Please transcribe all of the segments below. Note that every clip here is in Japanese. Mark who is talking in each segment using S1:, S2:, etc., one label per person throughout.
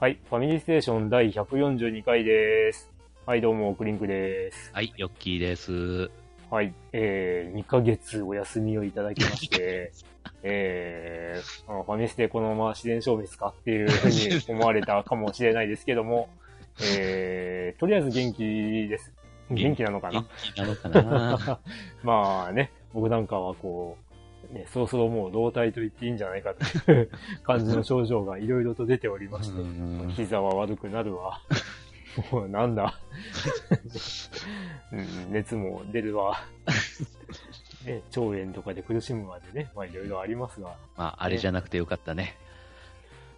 S1: はい、ファミリーステーション第142回です。はい、どうも、クリンクです。
S2: はい、ヨッキーです。
S1: はい、えー、2ヶ月お休みをいただきま して、えー、あのファミステこのまま自然消滅かっていうふうに思われたかもしれないですけども、 えー、とりあえず元気です。元気なのかな
S2: 元気なのか な
S1: まあね、僕なんかはこう、ね、そろそろもう老体と言っていいんじゃないかという 感じの症状がいろいろと出ておりまして、
S2: うん
S1: 膝は悪くなるわ。 もうなんだ。うん熱も出るわ。ね、腸炎とかで苦しむまでね、まあいろいろありますが。
S2: まあ、あれじゃなくてよかったね。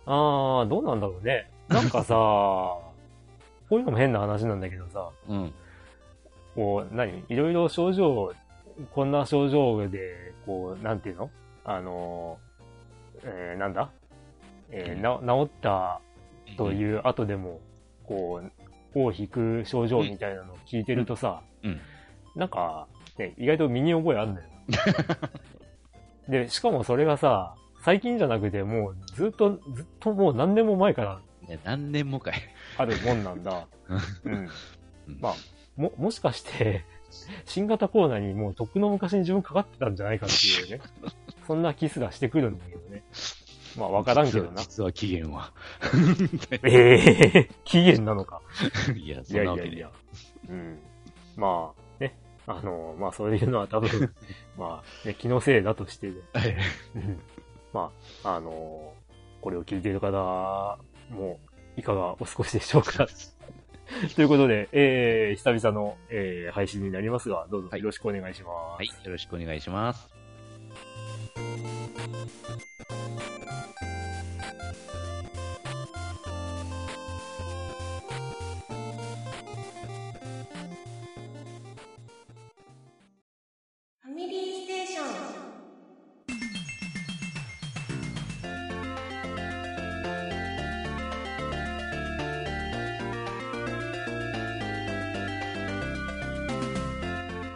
S1: あー、どうなんだろうね。なんかさ、 こういうのも変な話なんだけどさ、
S2: うん。
S1: こう、何いろいろ症状、こんな症状で、こう、なんていうのあの、えー、なんだえーな、治ったと
S2: う。
S1: いう後でも、こう、を引く症状みたいなのを聞いてるとさ、
S2: うん。
S1: なんか、ね、意外と身に覚えあんだ よ。で、しかもそれがさ、最近じゃなくて、もうずっと、ずっともう何年も前から
S2: ね何年もかい。
S1: あるもんなん だ。うん。
S2: うん
S1: まあ、も、もしかして、新型コロナにもうとっくの昔に自分かかってたんじゃないかって いうね。そんなキスがしてくるんだけどね。まあ、わからんけど な。
S2: 実は実は期限は。
S1: ええ 期限なのか。
S2: いや、
S1: い
S2: そ
S1: やい
S2: んなわ
S1: や
S2: け
S1: い
S2: で
S1: や。。うん。まあ、ね。あの、まあそういうのは多分、 まあ、ね、気のせいだとして、ね、
S2: はい
S1: うんまあ、あのこれを聞いている方も、いかがお過ごしでしょう か。ということで、えー、久々の、えー配信になりますが、どうぞ
S2: はい
S1: よろしくお願いします。
S2: はい、よろしくお願いします。
S3: ファミリーステーション。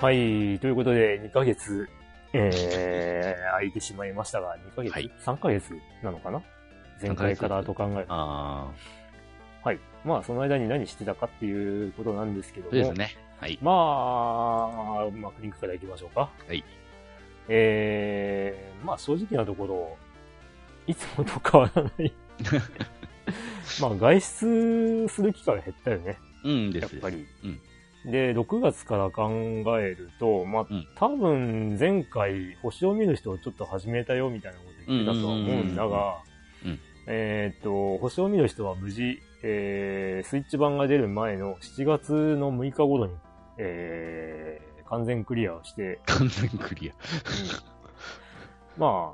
S1: はい、ということで、2ヶ月、えー、空いてしまいましたが、2ヶ月、
S2: はい
S1: ?3 ヶ月なのかな前回からと考えると。
S2: あ
S1: はい。まあ、その間に何してたかっていうことなんですけど
S2: ー、
S1: も。
S2: そうですね。はい。
S1: まあ、まあ、クリンクから行きましょうか。
S2: はい。
S1: えー、まあ正直なところ、いつもと変わら ない。まあ外出する機会が減ったよね、
S2: うんで
S1: やっ
S2: す。
S1: ぱり。
S2: うん
S1: で、6月から考えると、まあ、
S2: うん
S1: 多分前回星を見る人をちょっと始めたよみたいなこと言ってたとは思うんだが
S2: うんうんうんうん、
S1: えーっと、星を見る人は無事、えースイッチ版が出る前の7月の6日頃に、えー完全クリアを して、
S2: 完全クリア。
S1: ま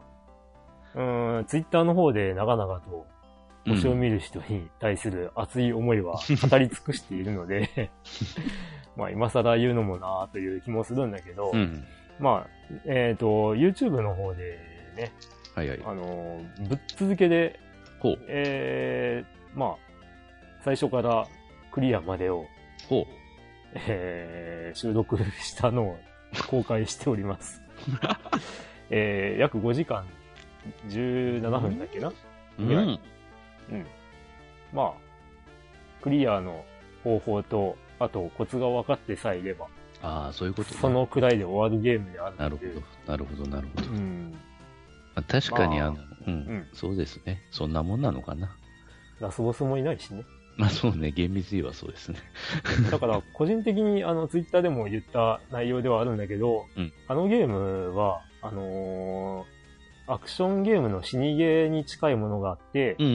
S1: あ、うーん、ツイッターの方で長々と
S2: うん
S1: 星を見る人に対する熱い思いは語り尽くしているの で、まあ今更言うのもなあという気もするんだけど、
S2: うん。
S1: まあ、えっ、と、YouTube の方でね、
S2: はいはい。
S1: あの、ぶっ続けで、
S2: ほう。
S1: えー、まあ、最初からクリアまでを、
S2: ほ
S1: えー収録したのを公開しており ます。えー約5時間17分だっけな、
S2: う。
S1: ぐらい
S2: うん。
S1: うん、まあ、クリアの方法と、あとコツが分かってさえいれば、
S2: ああ、そういうことね
S1: そのくらいで終わるゲームであ
S2: な
S1: る
S2: る
S1: ので。
S2: ほど。なるほど、なるほど。ま
S1: うん。
S2: あ確かに、
S1: まあ
S2: あの、う
S1: うん
S2: ん。そうですね。そんなもんなのかな。
S1: ラスボスもいないしね。
S2: まあそうね、厳密にはそうですね。
S1: だから、個人的に、あの、ツイッターでも言った内容ではあるんだけど、
S2: うん
S1: あのゲームは、あのーアクションゲームの死にゲーに近いものがあって、
S2: うんうんう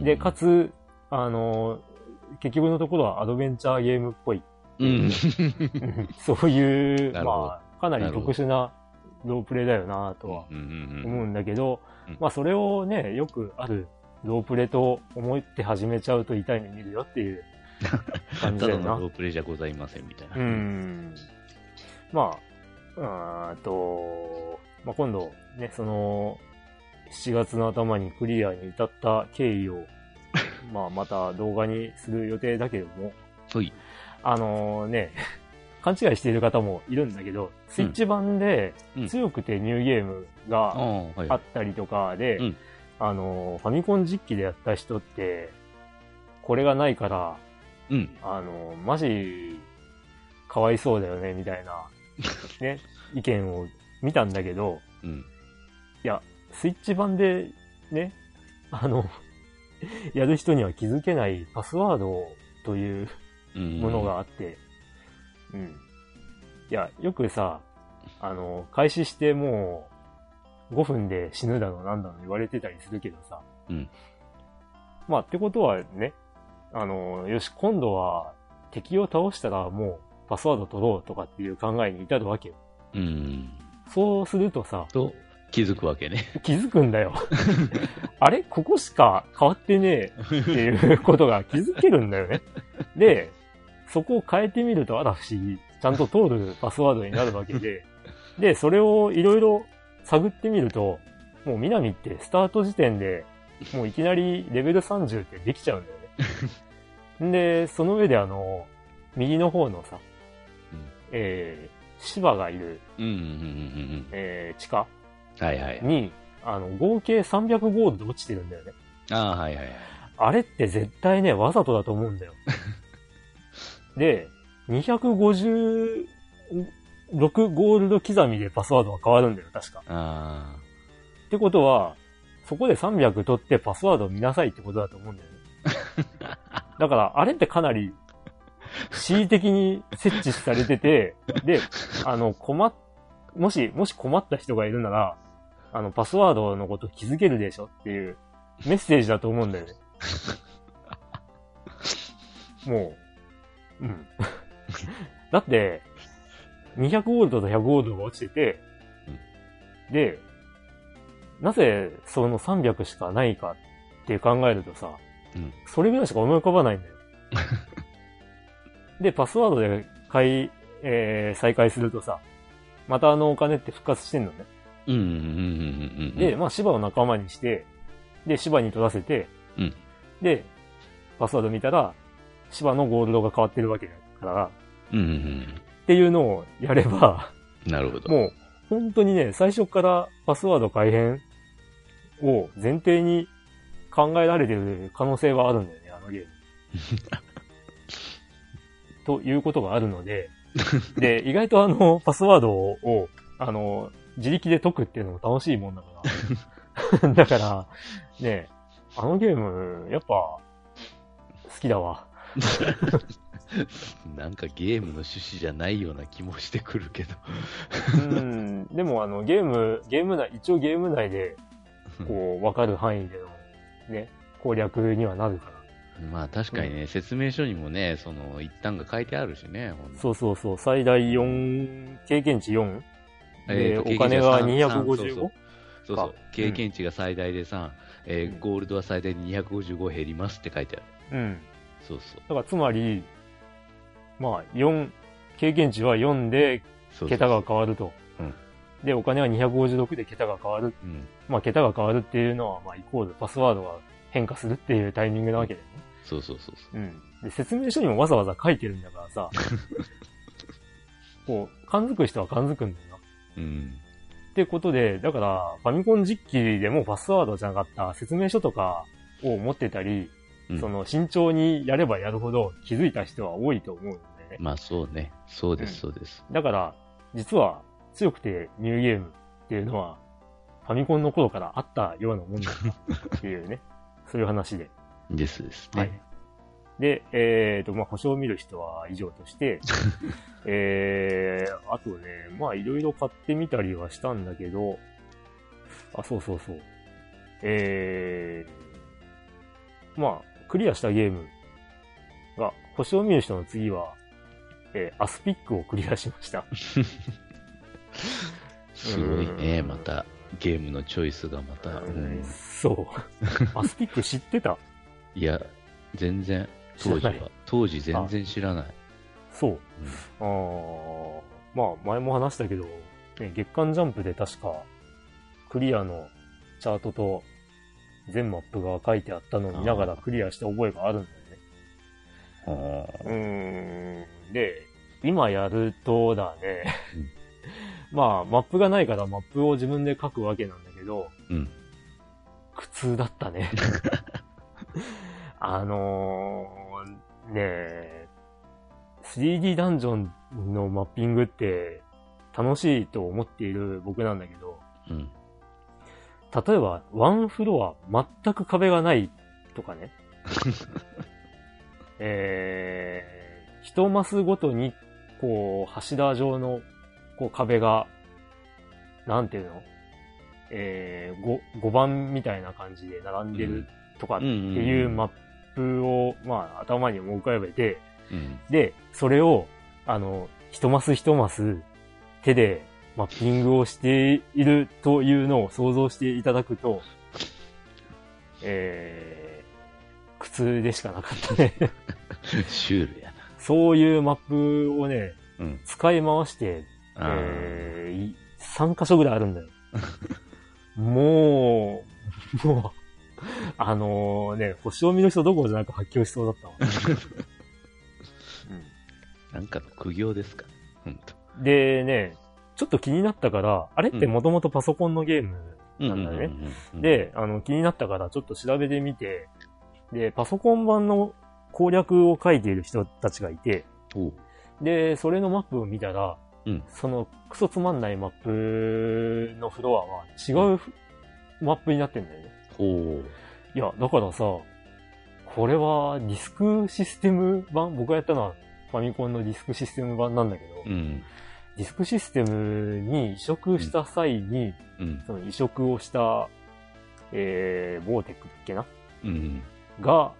S2: ん。
S1: で、かつ、あのー結局のところはアドベンチャーゲームっぽい。
S2: うん。
S1: そういう、
S2: なるほど
S1: まあ、かなり
S2: なるほ
S1: 特
S2: ど
S1: 殊なロープレイだよなとは
S2: うんうんう。
S1: 思うんんだけど、
S2: うん
S1: まあ、それをね、よくあるロープレイと思って始めちゃうと痛い目見るよって いう感じ
S2: た
S1: だよ
S2: だ
S1: な
S2: のロ。ープレイじゃございませんみたいな。
S1: う。ん。まあ、うーんと、まあ、今度、ね、その、7月の頭にクリアに至った経緯 を、まあ、また動画にする予定だけども、
S2: ほい。
S1: あのね、 勘違いしている方もいるんだけど、スイッチ版で
S2: うん
S1: 強くてニューゲーム
S2: あ
S1: が
S2: あ、はい
S1: あ。ったりとかで、
S2: うん
S1: あのファミコン実機でやった人って、これがないから、
S2: うん。
S1: あの、マジ、かわいそうだよね、みたい な、ね、意見を見たんだけど、
S2: うん。
S1: いや、スイッチ版で、ね、あの、やる人には気づけないパスワードという
S2: うん。
S1: もの。があって、うん。いや、よくさ、あの、開始してもう5分で死ぬだのなんだの言われてたりするけどさ、
S2: うん。
S1: まあ、ってことはね、あの、よし、今度は敵を倒したらもうパスワード取ろうとかっていう考えに至るわけよ。
S2: うん。
S1: そうするとさ、
S2: と、気づくわけね。
S1: 気づくんだよ。 あれここしか変わってね えっていうことが気づけるんだよね。で、そこを変えてみるとあら不思議。ちゃんと通るパスワードになるわけで。で、それをいろいろ探ってみると、もう南ってスタート時点でもういきなりレベル30ってできちゃうんだよね。で、その上であの、右の方のさ
S2: うん、
S1: えー、芝がいる、
S2: うん。うん。うん。
S1: えー、地下
S2: うん。はいはい。
S1: に、あの、合計300ゴールド落ちてるんだよね。
S2: ああ、はいはい。
S1: あれって絶対ね、わざとだと思うんだよ。で、256ゴールド刻みでパスワードが変わるんだよ、確か。
S2: ああ。
S1: ってことは、そこで300取ってパスワードを見なさいってことだと思うんだよね。だから、あれってかなり、恣意的に設置されてて、で、あの、困っ、もし、もし困った人がいるなら、あの、パスワードのこと気づけるでしょっていうメッセージだと思うんだよね。もう、うん。 だって、200ゴールドと100ゴールドが落ちてて、で、なぜその300しかないかって考えるとさ、
S2: うん
S1: それぐらいしか思い浮かばないんだ よ。で、パスワードで買い、えー再開するとさ、またあのお金って復活してんのね。
S2: うん。うん。うん。うん。
S1: で、、まあ、芝を仲間にして、で、芝に取らせて、
S2: うん
S1: で、パスワード見たら、芝のゴールドが変わってるわけだから、
S2: うん。うん。
S1: っていうのをやれば、
S2: なるほど。
S1: もう、本当にね、最初からパスワード改変を前提に考えられてる可能性はあるんだよね、あのゲーム。ということがあるので、で、意外とあの、パスワードを、あの、自力で解くっていうのも楽しいもんだから。だから、ね、あのゲーム、やっぱ、好きだわ。
S2: なんかゲームの趣旨じゃないような気もしてくるけど。
S1: うん、でもあの、ゲーム、ゲーム内、一応ゲーム内で、こう、わかる範囲での、ね、攻略にはなるから。
S2: まあ確かにね、説明書にもね、その一旦が書いてあるしね、ほんと
S1: そうそうそう、最大4、経験値 4? で、
S2: えーと
S1: お金が
S2: 経験値が3
S1: 255
S2: そうそうそう
S1: か
S2: 経験値が最大で3、えー
S1: うん
S2: ゴールドは最大で255減りますって書いてある。
S1: うん。
S2: そうそう。
S1: だからつまり、まあ、4、経験値は4で
S2: そうそう
S1: 桁が変わると。
S2: うん
S1: で、お金は256で桁が変わる。
S2: うん。
S1: まあ、桁が変わるっていうのは、まあ、イコールパスワードが変化するっていうタイミングなわけだよね。
S2: そうそうそうそう。
S1: うん。で、説明書にもわざわざ書いてるんだから さ、こう、感づく人は感づくんだよな。
S2: うん。
S1: ってことで、だから、ファミコン実機でもパスワードじゃなかった説明書とかを持ってたり、
S2: うん
S1: その慎重にやればやるほど気づいた人は多いと思うのでね。
S2: まあそうね。そうで
S1: うん
S2: す、そうです。
S1: だから、実は強くてニューゲームっていうのは、ファミコンの頃からあったようなもんだったっていう ね、そういう話で。
S2: ですですね。
S1: はい。で、えっ、と、まあ、保証を見る人は以上と して、えー、あとね、まあ、いろいろ買ってみたりはしたんだけど、あ、そうそうそう。えー、まあ、クリアしたゲームが、保証を見る人の次は、えーアスピックをクリアしました。
S2: すごいね、
S1: うん
S2: また。ゲームのチョイスがまた。うん
S1: そう。アスピック知ってた
S2: いや、全然、当時
S1: 知らな
S2: は。当時全然知らない。
S1: そう。
S2: うん
S1: あーまあ、前も話したけど、ね、月刊ジャンプで確か、クリアのチャートと全マップが書いてあったのを見ながらクリアした覚えがあるんだよね。
S2: ほ
S1: うーんで、今やるとだね、まあ、マップがないからマップを自分で書くわけなんだけど、
S2: ううん。
S1: 苦痛だったね。あのー、ねえ、3D ダンジョンのマッピングって楽しいと思っている僕なんだけど、
S2: うん。
S1: 例えば、ワンフロア全く壁がないとか ね。えー、一マスごとに、こう、柱状の、こう、壁が、なんていうのえー、5、5番みたいな感じで並んでるとかってい
S2: うんうんう
S1: うんマップを、まあ、頭に思い浮かべて、
S2: うん。
S1: で、それを、あの、一マス一マス手でマッピングをしているというのを想像していただくと、えー、苦痛でしかなかったね。
S2: シュールやな。
S1: そういうマップをね、
S2: うん。
S1: 使い回して、
S2: あー
S1: えー、い3箇所ぐらいあるんだよ。 もう、もう、あのね、星を見る人どころじゃなく発狂しそうだったわ。 うん
S2: なんかの苦行ですかね。ほんと。
S1: でね、ちょっと気になったから、あれってもともとパソコンのゲームなんだよね。
S2: うんうんうんうん、
S1: で、あの、気になったからちょっと調べてみて、で、パソコン版の攻略を書いている人たちがいて、
S2: おう、
S1: で、それのマップを見たら、
S2: うん
S1: そのクソつまんないマップのフロアは違うふマップになってんだよね。
S2: ほう。
S1: いや、だからさ、これはディスクシステム版僕がやったのはファミコンのディスクシステム版なんだけど、
S2: うん。
S1: ディスクシステムに移植した際に、
S2: うん。
S1: その移植をした、えー、ボーテックだっけな
S2: うん。
S1: が、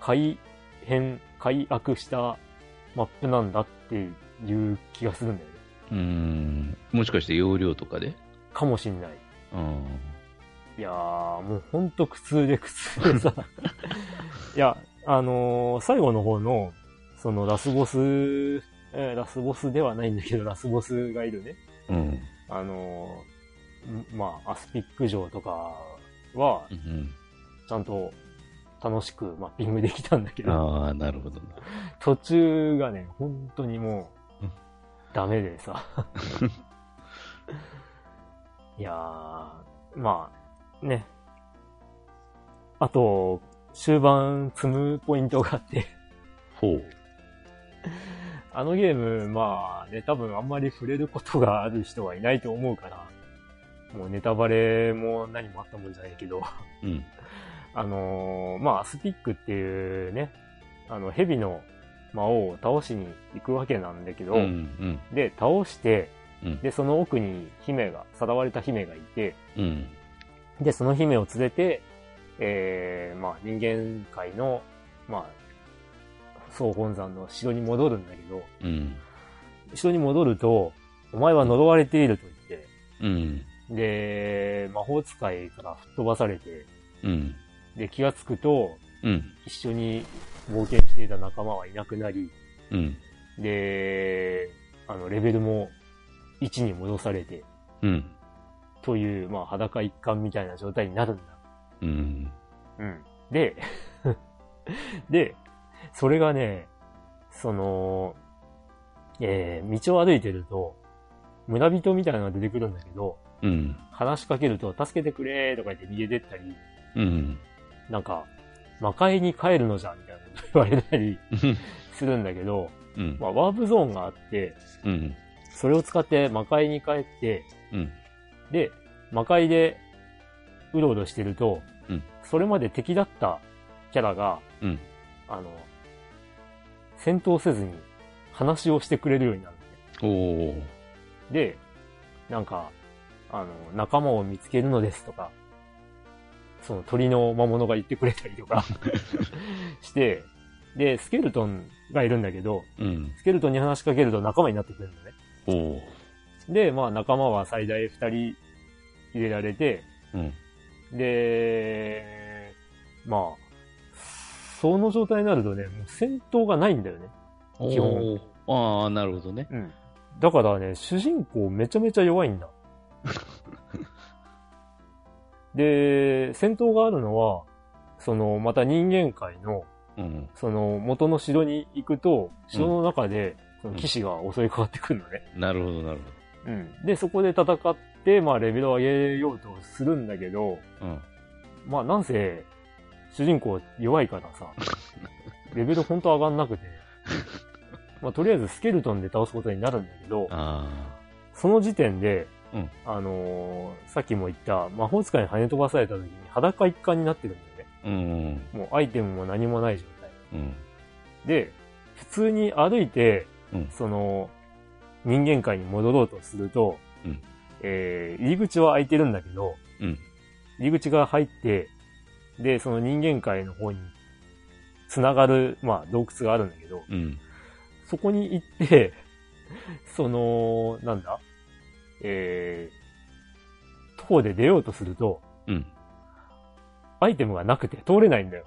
S1: 改変、改悪したマップなんだっていう気がするんだよね。
S2: うん。もしかして容量とかで
S1: かもしんない。
S2: うん。
S1: いやー、もうほんと苦痛で苦痛でさ。いや、あのー最後の方の、そのラスボス、えーラスボスではないんだけど、ラスボスがいるね。
S2: うん。
S1: あのーんまあ、アスピック城とかは
S2: う、ん。
S1: ちゃんと楽しくマッピングできたんだけど、
S2: ああ、なるほどな。
S1: 途中がね、本当にもう
S2: うん、
S1: ダメで さ。いやー、まあ、ね。あと、終盤積むポイントがあって、
S2: ほう。
S1: あのゲーム、まあね、多分あんまり触れることがある人はいないと思うから、もうネタバレも何もあったもんじゃないけど、
S2: うん。
S1: あのーまあ、アスピックっていうね、あの、蛇の魔王を倒しに行くわけなんだけど、
S2: うん。うん。
S1: で、倒して、
S2: うん
S1: で、その奥に姫が、さらわれた姫がいて、
S2: うん。
S1: で、その姫を連れて、えー、まあ、人間界の、まあ、総本山の城に戻るんだけど、
S2: うん。
S1: 城に戻ると、お前は呪われていると言って、
S2: うん。
S1: で、魔法使いから吹っ飛ばされて、
S2: うん。
S1: で、気がつくと、
S2: うん。
S1: 一緒に冒険していた仲間はいなくなり、
S2: うん。
S1: で、あの、レベルも1に戻されて、
S2: うん。
S1: という、まあ、裸一貫みたいな状態になるんだ。
S2: うん。
S1: うん。で、 で、それがね、その、えー道を歩いてると、村人みたいなのが出てくるんだけど、
S2: うん。
S1: 話しかけると、助けてくれーとか言って逃げてったり、
S2: うん。
S1: なんか、魔界に帰るのじゃんみたいなこと言われたりするんだけど、
S2: うん。
S1: まあ、ワープゾーンがあって、
S2: うん。
S1: それを使って魔界に帰って、
S2: うん。
S1: で、魔界でうろうろしてると、
S2: うん
S1: それまで敵だったキャラが、
S2: うん。
S1: あの、戦闘せずに話をしてくれるようになるん
S2: おお。
S1: で。で、なんか、あの、仲間を見つけるのですとか、その鳥の魔物が言ってくれたりと かして、で、スケルトンがいるんだけど、
S2: うん。
S1: スケルトンに話しかけると仲間になってくれるのね。
S2: おお。
S1: で、まあ仲間は最大2人入れられて、
S2: うん。
S1: で、まあ、その状態になるとね、もう戦闘がないんだよね。基本
S2: おー。ああ、なるほどね。
S1: だからね、主人公めちゃめちゃ弱いんだ。で、戦闘があるのは、その、また人間界の、
S2: うん。
S1: その、元の城に行くと、城の中で、その
S2: うん
S1: 騎士が襲いかかってくるのね。
S2: なるほど、なる
S1: うん。で、そこで戦って、まあ、レベルを上げようとするんだけど、
S2: ほど。うん。
S1: まあ、なんせ、主人公弱いから さ、レベルほんと上がんなくて、まあ、とりあえずスケルトンで倒すことになるんだけど、
S2: あ
S1: その時点で、
S2: うん
S1: あのーさっきも言った、魔法使いに跳ね飛ばされた時に裸一貫になってるんだよね。
S2: あ。うん。
S1: もうアイテムも何もない状態。
S2: うん。
S1: で、普通に歩いて、
S2: うん
S1: その、人間界に戻ろうとすると、
S2: うん
S1: えー入り口は開いてるんだけど、
S2: うん。
S1: 入り口が入って、で、その人間界の方に繋がる、まあ洞窟があるんだけど、
S2: うん。
S1: そこに行って、 その、なんだ、えー、徒歩で出ようとすると、
S2: うん。
S1: アイテムがなくて通れないんだよ。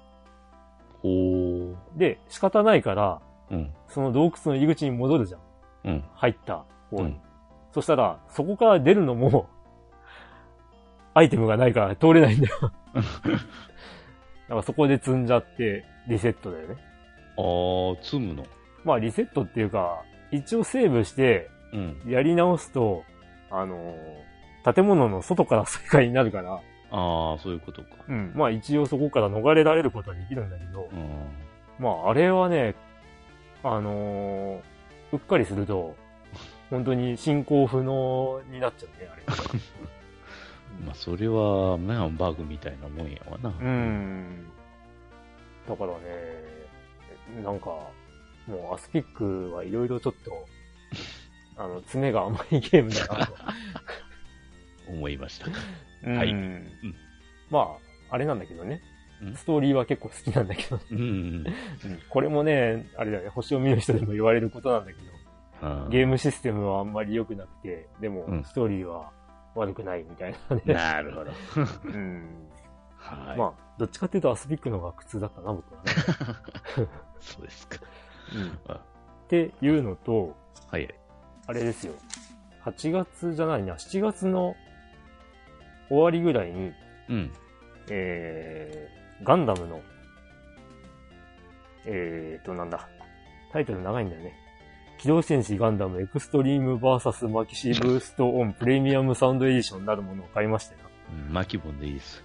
S2: ほー。
S1: で、仕方ないから、
S2: うん。
S1: その洞窟の入り口に戻るじゃん。
S2: うん。
S1: 入った方
S2: う
S1: に。
S2: ん。
S1: そしたら、そこから出るのも、 アイテムがないから通れないんだよ。 だからそこで積んじゃって、リセットだよね。
S2: あー、積むの。
S1: まあリセットっていうか、一応セーブして、
S2: うん。
S1: やり直すと、あのー建物の外から世界になるから、
S2: あー、そういうことか。
S1: うん、まあ一応そこから逃れられることはできるんだけど
S2: う、ん。
S1: まああれはね、あのーうっかりすると、本当に進行不能になっちゃうね、あれ。
S2: まあ、それは、まあ、バグみたいなもんやわな。
S1: うん。だからね、なんか、もうアスピックはいろいろちょっと、あの、爪が甘いゲームだなと。
S2: 思いま した。
S1: は
S2: いう
S1: まあ、あれなんだけどね
S2: う。ん
S1: ストーリーは結構好きなんだけど、
S2: うん。
S1: これもね、あれだよね、星を見る人でも言われることなんだけど、
S2: あ
S1: ゲームシステムはあんまり良くなくて、でも
S2: うん、
S1: ストーリーは悪くないみたいなね。
S2: なるほど。
S1: うん
S2: はい。
S1: まあ、どっちかっていうとアスピックの方が苦痛だったな、僕はね。
S2: そうですか。
S1: うん
S2: あ
S1: っていうのと、
S2: はいはい。
S1: あれですよ。8月じゃないな、7月の終わりぐらいに、
S2: うん。
S1: えー、ガンダムの、えーと、なんだ。タイトル長いんだよね。機動戦士ガンダムエクストリーム VS マキシブーストオンプレミアムサウンドエディションなるものを買いましたよ。
S2: うんマキボンでい いです。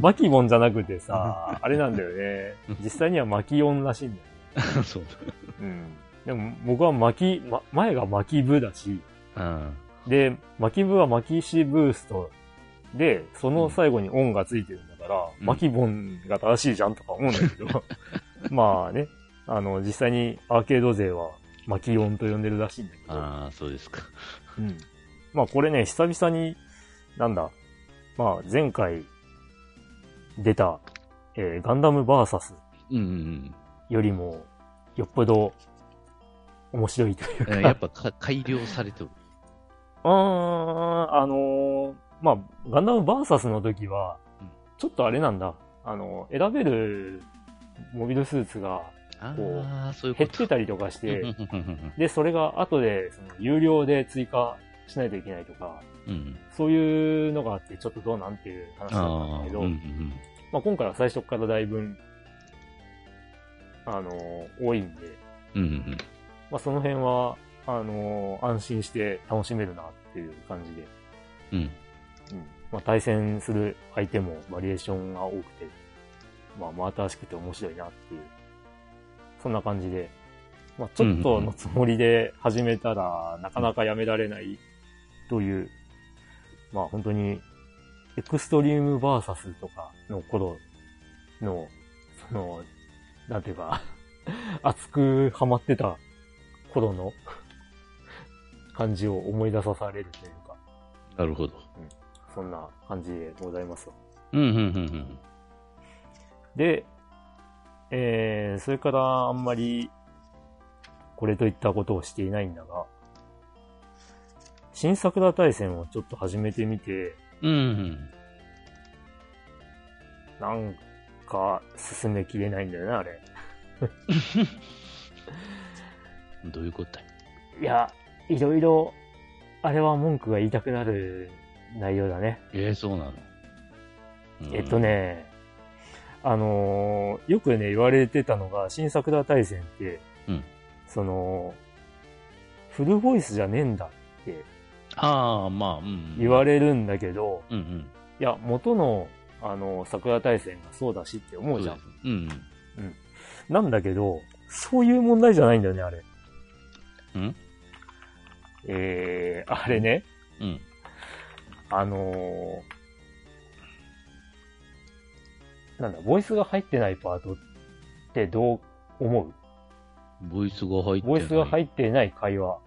S1: マキボンじゃなくてさ、あれなんだよね。実際にはマキオンらしいんだよね。
S2: そう
S1: うん。でも僕はマキ、ま、前がマキブだし、
S2: だ。
S1: で、巻き部は巻き石ブーストで、その最後にオンがついてるんだから、
S2: うん
S1: 巻きボンが正しいじゃんとか思うんだけど、まあね、あの、実際にアーケード勢は巻き音と呼んでるらしいんだけ
S2: あ
S1: ど、
S2: あー、そうですか。
S1: うんまあこれね、久々に、なんだ、まあ前回出た、えーガンダム VS
S2: うんうん
S1: よりも、よっぽど面白いという
S2: うん。やっぱか改良されてる。
S1: あー、あのーまあ、ガンダムバーサスの時は
S2: うん、
S1: ちょっとあれなんだ、あの、選べるモビルスーツが
S2: ああ、そういうこ
S1: 減っ
S2: と。
S1: てたりとかし
S2: う
S1: て、
S2: んうんうん
S1: で、それが後で、その、有料で追加しないといけないとか、
S2: うんうん。
S1: そういうのがあって、ちょっとどうなんっていう話だったん
S2: あ
S1: だ
S2: あ、
S1: け
S2: うん
S1: ど、
S2: うん
S1: まあ、今回は最初からだいぶ、あのー多いんで、
S2: うん。うん
S1: まあ、その辺は、あのー安心して楽しめるなっていう感じで、
S2: うんうん。
S1: まあ、対戦する相手もバリエーションが多くて、まあ、真新しくて面白いなっていう、そんな感じで、まあ、ちょっとのつもりで始めたら、なかなかやめられないという、まあ、本当に、エクストリームバーサスとかの頃の、その、なんていうか、 熱くハマってた頃の感じを思い出さされるというか、
S2: なるほど。
S1: そんな感じでございますわ。
S2: うんうんうん
S1: で、えー、それからあんまり、これといったことをしていないんだが、新桜大戦をちょっと始めてみて、
S2: うん。うん
S1: なんか進めきれないんだよな、あれ。
S2: うん。どういうことだ
S1: いや、いろいろ、あれは文句が言いたくなる内容だね。
S2: ええ、そうなの。うん
S1: えっと。ね、あのーよくね、言われてたのが、新作田大戦って、
S2: うん
S1: その、フルボイスじゃねえんだって
S2: ああ、まあ、うん。
S1: 言われるんだけど、
S2: うんうん。
S1: いや、元の、あの、桜大戦がそうだしって思うじゃん。
S2: そうですうん
S1: なんだけど、そういう問題じゃないんだよね、あれ。
S2: うん。ん
S1: えー、あれね、
S2: うん。
S1: あのーなんだ、ボイスが入ってないパートってどう思
S2: ボイスが入っ
S1: う
S2: て
S1: ボイスが入
S2: っ
S1: ってない会話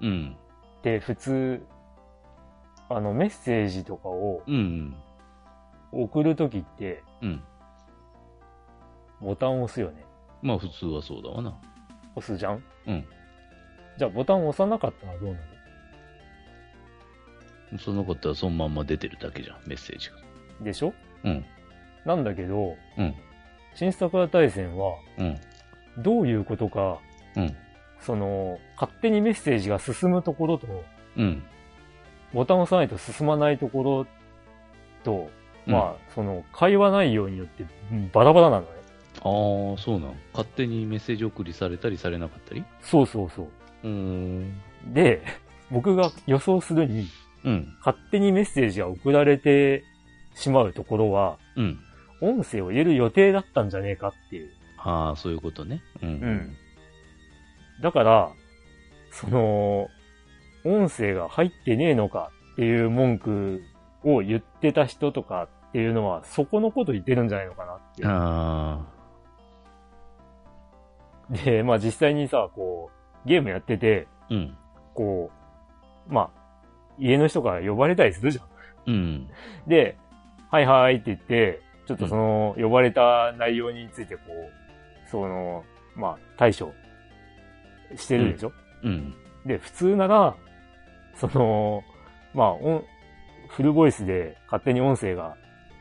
S2: うん。
S1: って普通、あの、メッセージとかを
S2: うんうん。
S1: 送るときって
S2: うん。
S1: ボタンを押すよね。
S2: まあ、普通はそうだわな。
S1: 押すじゃん
S2: うん。
S1: じゃあボタンを押さなかったらどうなる
S2: そのことはそのまんま出てるだけじゃん、メッセージが。
S1: でしょ
S2: うん。
S1: なんだけど、
S2: うん。
S1: 新桜大戦は、
S2: うん。
S1: どういうことか、
S2: うん。
S1: その、勝手にメッセージが進むところと、
S2: うん。
S1: ボタンを押さないと進まないところと、まあ、その、会話内容によって、うんバラバラなのね。
S2: あ、ああ、そうなん。勝手にメッセージ送りされたりされなかったり
S1: そうそうそう。
S2: うーん。
S1: で、 僕が予想するに、
S2: うん。
S1: 勝手にメッセージが送られてしまうところは、
S2: うん。
S1: 音声を入れる予定だったんじゃねえかっていう。
S2: ああ、そういうことね。うん。
S1: うんだから、その、音声が入ってねえのかっていう文句を言ってた人とかっていうのは、そこのこと言ってるんじゃないのかなっていう。
S2: あ
S1: で、まあ実際にさ、こう、ゲームやってて、
S2: あ。うん。
S1: こう、まあ、家の人から呼ばれたりするじゃ
S2: うん。
S1: ん。で、はいはいって言って、ちょっとその、呼ばれた内容についてこう、その、まあ、対処してるでしょ、
S2: うん。
S1: で、普通なら、その、まあ、音フルボイスで勝手に音声が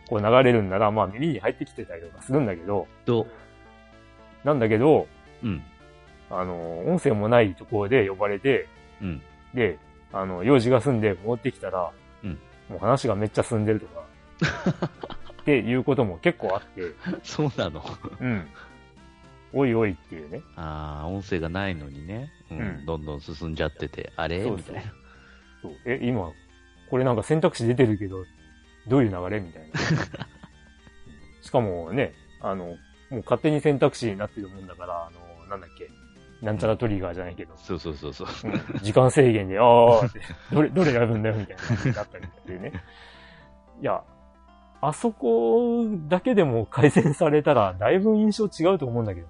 S1: こう流れるんなら、まあ耳に入ってきてたりとかするんだけど、
S2: と、
S1: なんだけど、
S2: うん。
S1: あの、音声もないところで呼ばれて、
S2: うん。
S1: で、あの、用事が済んで戻ってきたら、
S2: うん
S1: もう話がめっちゃ進んでるとか、 っていうことも結構あって、
S2: そうなの。
S1: うん。おいおいっていうね。
S2: ああ、音声がないのにね。うん。
S1: うん
S2: どんどん進んじゃってて、あれ
S1: そう
S2: みた
S1: そう
S2: いな。
S1: そうえ、今、これなんか選択肢出てるけど、どういう流れみたい な。しかもね、あの、もう勝手に選択肢になってるもんだから、あの、なんだっけ、なんちゃらトリガーじゃないけど、
S2: そうそうそうそう。
S1: うん時間制限で、ああ、ってどれ、どれ選ぶんだよ、みたいな感じになったりっていうね。いや、あそこだけでも改善されたら、だいぶ印象違うと思うんだけ ど。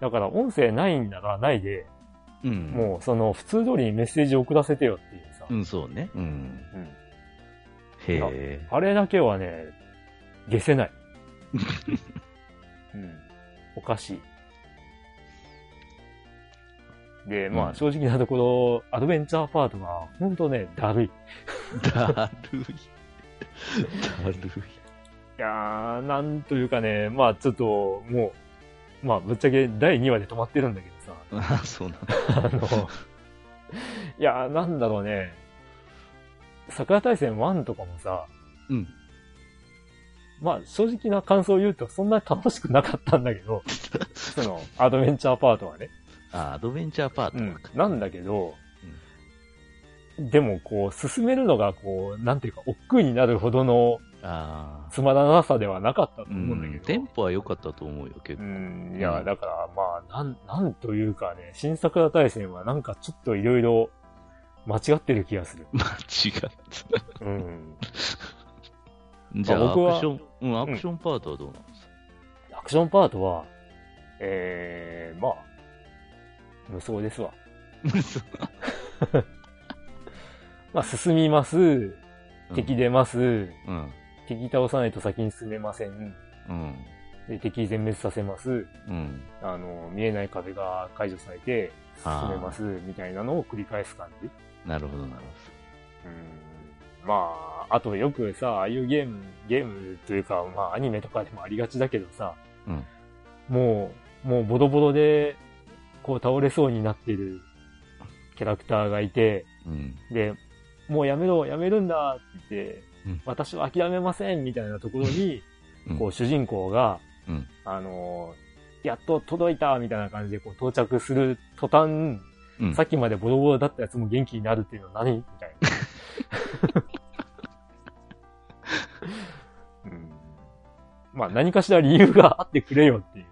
S1: だから、音声ないんならないで、
S2: うん。
S1: もう、その、普通通りにメッセージ送らせてよっていうさ。
S2: うん、そうね。うん。
S1: うん
S2: へえ。
S1: あれだけはね、消せない。うん。おかしい。で、ま
S2: う
S1: あ
S2: ん
S1: 正直なところ、アドベンチャーパートが、ほんとね、だるい。い
S2: だるい。だるい。
S1: やー、なんというかね、まあちょっと、もう、まあぶっちゃけ第2話で止まってるんだけどさ、
S2: ああ、そうなの。
S1: あの、いやー、なんだろうね、桜大戦1とかもさ、
S2: うん。
S1: まあ正直な感想を言うとそんな楽しくなかったんだけど、そのアドベンチャーパートはね。
S2: ああ、アドベンチャーパートか。
S1: なんだけど、でもこう進めるのがこう、なんていうか、億劫になるほどの
S2: ああ。
S1: つまらなさではなかったと
S2: う
S1: 思うんだ
S2: ん。テ
S1: けど
S2: ン。ポは良かったと思うよ、結
S1: う
S2: 構。
S1: ん、いや、だからまあ、なん、なんというかね、新作田大戦はなんかちょっといろいろ間違ってる気がす る。
S2: 間違った。
S1: うん。
S2: じゃあ、
S1: まあ
S2: ア
S1: 僕は
S2: クション、うん、アクションパートはどうなのさ
S1: アクションパートは、えー、まあ、無双ですわ。まあ、進みます、敵。出ます、
S2: うん。
S1: 敵倒さないと先に進めません。
S2: うん。
S1: で、敵全滅させます。
S2: うん。
S1: あの、見えない壁が解除されて、進
S2: あー
S1: めます、みたいなのを繰り返す感じ。
S2: なるほど、なる
S1: うん。まあ、あとよくさ、ああいうゲーム、ゲームというか、まあアニメとかでもありがちだけどさ、
S2: うん
S1: もう、もうボロボロで、こう倒れそうになってるキャラクターがいて、
S2: ほど。うん。
S1: で、もうやめろ、やめるんだって言って、
S2: うん
S1: 私は諦めませんみたいなところに、
S2: うん
S1: こう主人公が、
S2: うん
S1: あのーやっと届いたみたいな感じでこう到着する途端、
S2: うん
S1: さっきまでボロボロだったやつも元気になるっていうのは何みたいな。うんまあ何かしら理由があってくれよっていう。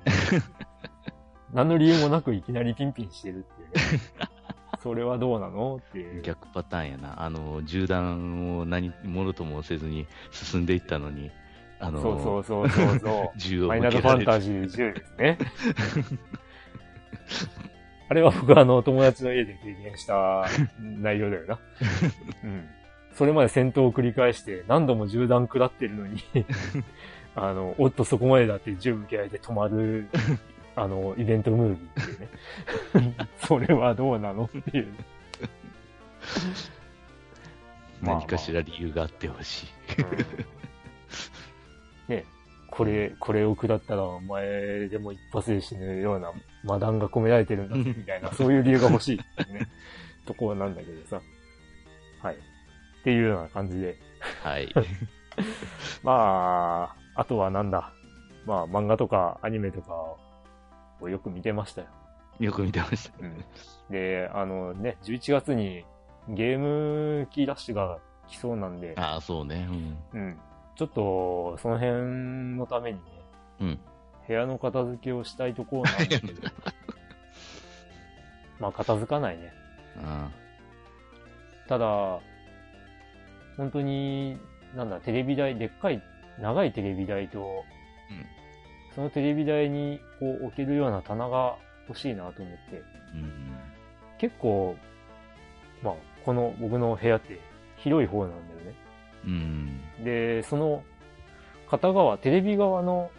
S1: 何の理由もなくいきなりピンピンしてるっていうね、それはどうなのっていう。
S2: 逆パターンやな。あの、銃弾を何ものともせずに進んでいったのに、あの、
S1: そうそうそうそうそ
S2: 銃
S1: う。
S2: を
S1: ファイ
S2: 向
S1: ナル
S2: け
S1: フ
S2: ら
S1: ァ
S2: れ
S1: ン
S2: る
S1: タジー10です ね。あれは僕あの友達の家で経験した内容だ よな。うん。それまで戦闘を繰り返して何度も銃弾食らってるの に、あの、おっとそこまでだって銃向けられて止まる、あの、イベントムービーっていうね。 それはどうなのっていう。まあまあ
S2: 何かしら理由があってほしい。
S1: ね、これ、これを食らったらお前でも一発で死ぬような魔弾が込められてるんだ
S2: うん
S1: みたいな、そういう理由が欲しいっていうね、 ところなんだけどさ。はい。っていうような感じで。
S2: はい。
S1: まあ、あとはなんだ。まあ、漫画とかアニメとかをよく見てましたよ。
S2: よく見てました。
S1: で、あのね、11月にゲームキーラッシュが来そうなんで、
S2: ああ、そうね。う
S1: う
S2: ん。
S1: ん。ちょっと、その辺のためにね、
S2: うん。
S1: 部屋の片付けをしたいところなんだけど。まあ、片付かないね。
S2: あ
S1: ただ、本当に、なんだ、テレビ台、でっかい、長いテレビ台と、
S2: うん
S1: そのテレビ台にこう置けるような棚が欲しいなと思って、
S2: あうん。
S1: 結構、まあ、この僕の部屋って広い方なんだよね。
S2: うん。
S1: で、その片側、テレビ側の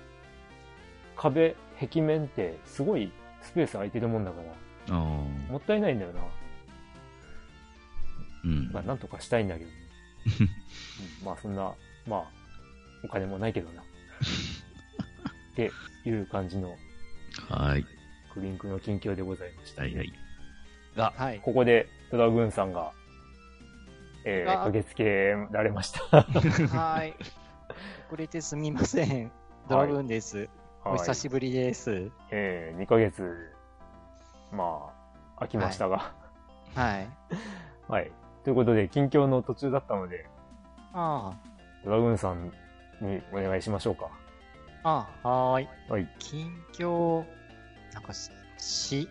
S1: 壁、壁面ってすごいスペース空いてるもんだから、
S2: ああ。
S1: もったいないんだよな。
S2: うん。
S1: まあ、なんとかしたいん だけど、ねうんまあ、そんな、まあ、お金もないけどな。っていう感じの
S2: はい。
S1: クリンクの近況でございました。
S2: はいはい。
S4: はい。
S1: ここで、戸田軍さんが、えー
S4: あ
S1: 駆けつけられました。
S4: はい。遅れてすみません。ドラグーンです。 お久
S1: ぶり。
S4: しぶりです。
S1: えー、2ヶ月、まあ、空きましたが。
S4: はい。
S1: はい。ということで、近況の途中だったので、
S4: あ
S1: ドラグーンさんにお願いしましょうか。
S4: あ、ああ、はーい。
S1: はい。
S4: 近況、なんかし、し、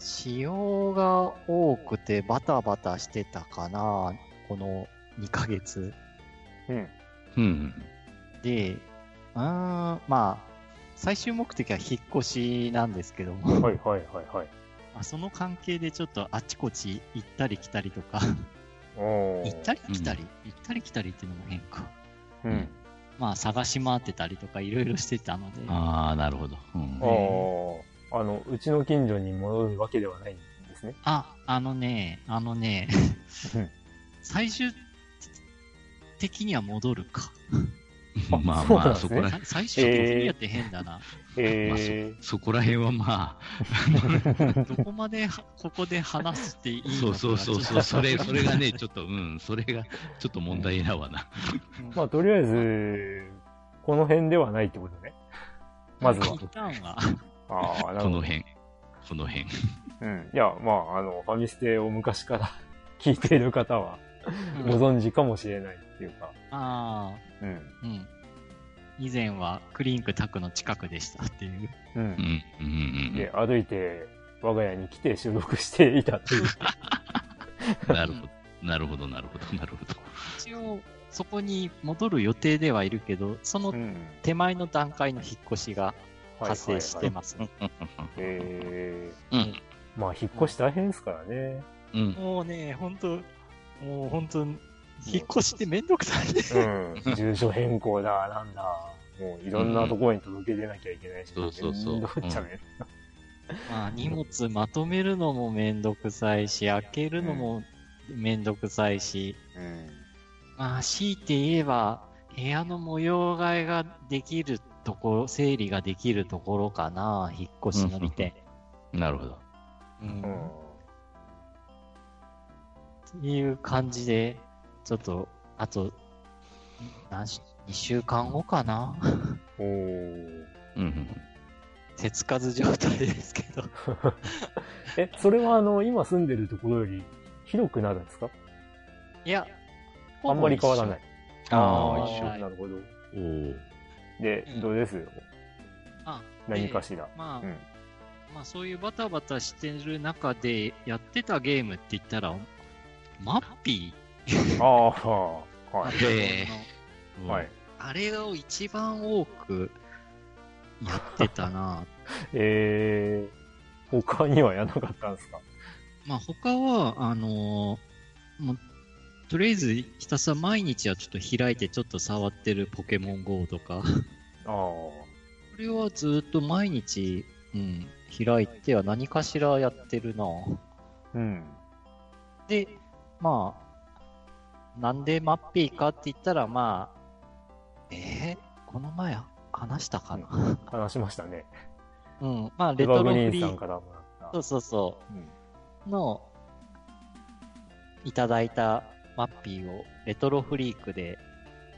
S4: 使用が多くてバタバタしてたかな。この2ヶ月。
S1: うん。
S2: うん。
S4: で、うーん、まあ、最終目的は引っ越しなんですけども、
S1: はいはいはいはい。
S4: まあその関係でちょっとあちこち行ったり来たりとか、
S1: おー
S4: 行ったり来たり、行ったり来たりっていうのも変か。
S1: うん。
S4: まあ、探し回ってたりとかいろいろしてたので、
S2: ああ、なるほど。うん
S1: ああ。あの、うちの近所に戻るわけではないんですね。
S4: あ、あのね、あ のね、最終的には戻るか。
S1: あ
S2: まあ
S1: そうなんで
S2: まあ、
S1: すね
S2: そこら、
S4: 最終的にはって変だな。
S1: え
S2: そこら辺はま
S4: どこまではここで話していい
S2: あ、そ
S4: の
S2: う
S4: か
S2: そうそうそう、
S4: ちょ
S2: そ
S4: っと
S2: れ、それがね、ちょっと、うん、それが、ちょっと問題だわな。
S4: うん
S1: まあ、とりあえず、この辺ではないってことね。まずは。
S4: 一旦は、
S1: ああ、な
S2: こ
S1: る
S2: の
S1: ほど。
S2: 辺。この辺。
S1: うん。いや、まあ、あの、ファミステを昔から 聞いている方は、
S4: うん
S1: ご存知かもしれないっていうか。
S4: ああ、
S1: うん。
S4: うん。以前はクリンクタクの近くでしたっていう。
S1: う。
S2: うんん、うん、
S1: で、歩いて、我が家に来て収録していたという。
S2: うん。なるほど。なるほど、なるほど、なるほど。
S4: 一応、そこに戻る予定ではいるけど、その
S1: ん。
S4: 手前の段階の引っ越しが発生して
S1: ま
S4: ます。
S1: えー
S2: うん、
S1: まあ、引っ越し大変ですからね。
S2: うん。
S4: もうね、本当もう本当引っ越しってめんどくさいね。
S1: うん。住所変更だ、なんだ。もういろんなところに届け出なきゃいけないし、
S2: うんそうそうそう
S1: 面倒っちゃね。
S4: まあ、荷物まとめるのもめんどくさいし、開けるのもめんどくさいし、
S1: うん。
S4: まあ、強いて言えば、部屋の模様替えができるところ、整理ができるところかな、引っ越しの利点。
S2: なるほど。
S4: うん
S1: うん。
S4: っていう感じで、ちょっと、あと、何し、2週間後かな。
S1: おー
S2: うんうん。
S4: 手つかず状態ですけど。
S1: え、それはあの、今住んでるところより広くなるんですか
S4: いや、。
S1: あんまり変わらないい。
S2: ああ、
S4: ー
S2: 一
S4: 緒
S2: 緒。
S4: はい
S1: なるほど。
S2: おー
S1: で
S4: う、ん
S1: どうですよ。
S4: あ
S1: 何かしら。
S4: まあ、
S1: うん
S4: まあそういうバタバタしてる中でやってたゲームって言ったら、マッピ
S1: ああ、は
S4: ー、
S1: い。
S2: へ
S1: うんはい。。
S4: あれを一番多くやってたな。
S1: えー、他にはやらなかったんですか
S4: まあ他は、あのーもうとりあえずひたすら毎日はちょっと開いてちょっと触ってるポケモン GO とか、こ
S1: ああ、
S4: れはずっと毎日、うん、開いては何かしらやってるな。
S1: うん。
S4: で、まあ、なんでマッピーかって言ったら、まあ、えーこの前話したかな。
S1: 話しましたね。
S4: うん、まあ、レ
S1: レバ
S4: トロ
S1: グ
S4: フ
S1: リー
S4: リ
S1: ンさん
S4: ー、
S1: からもらっ
S4: そ
S1: た。
S4: うそうそ
S1: うん
S4: う、の、いただいたマッピーをレトロフリークで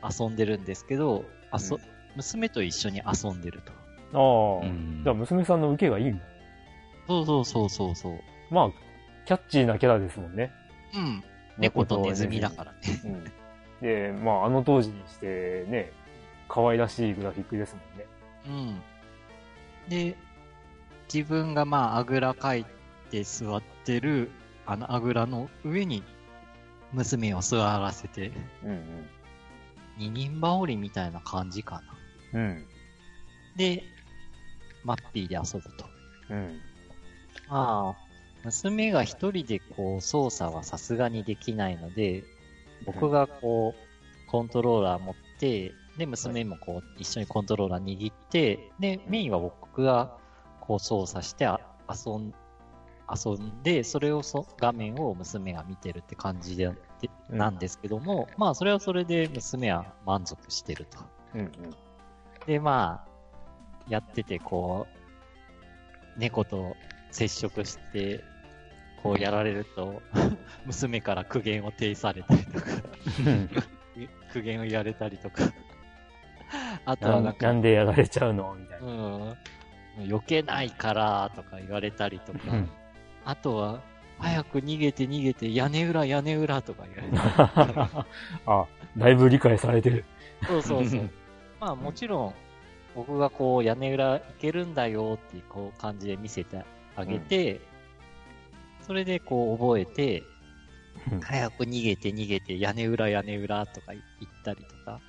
S4: 遊んでるんですけど、あそ
S1: うん
S4: 娘と一緒に遊んでると。
S1: ああ、
S2: うん
S1: じゃあ娘さんの受けがいいんだ。
S4: そうそうそうそうそう。
S1: まあ、キャッチーなキャラですもんね。
S4: うん、猫とネズミだからね。
S1: うんで、まあ、あの当時にしてね、可愛らしいグラフィックですもんね。
S4: うん。で、自分がまあ、あぐらかいて座ってる、あの、あぐらの上に、娘を座らせて、
S1: うん
S4: 二人羽織みたいな感じか
S1: うん。
S4: な。
S1: うん。
S4: で、マッピーで遊ぶと。
S1: うん。
S4: ああ、娘が一人でこう、操作はさすがにできないので、僕がこう、コントローラー持って、で、娘もこう、一緒にコントローラー握って、で、メインは僕がこう操作してあ遊ん、遊んで、それをそ、画面を娘が見てるって感じで、でなんですけども、まあ、それはそれで娘は満足してると。
S1: うんうん。
S4: で、まあ、やってて、こう、猫と接触して、こうやられると、 娘から苦言を呈されたりとか。苦言を言われたりとか。あとは
S1: な
S4: なん
S1: ん
S4: か、
S1: なんでやられちゃうのみたいな。
S4: うん。避けないからとか言われたりとか。あとは、早く逃げて逃げて、屋根裏屋根裏とか言われた
S1: あ、 だいぶ理解されてる。
S4: り。そうそうそう。まあもちろん、僕がこう屋根裏行けるんだよっていうこう感じで見せてあげて、それでこう覚えて、
S1: うん
S4: 早く逃げて逃げて屋根裏屋根裏とか言ったりとか。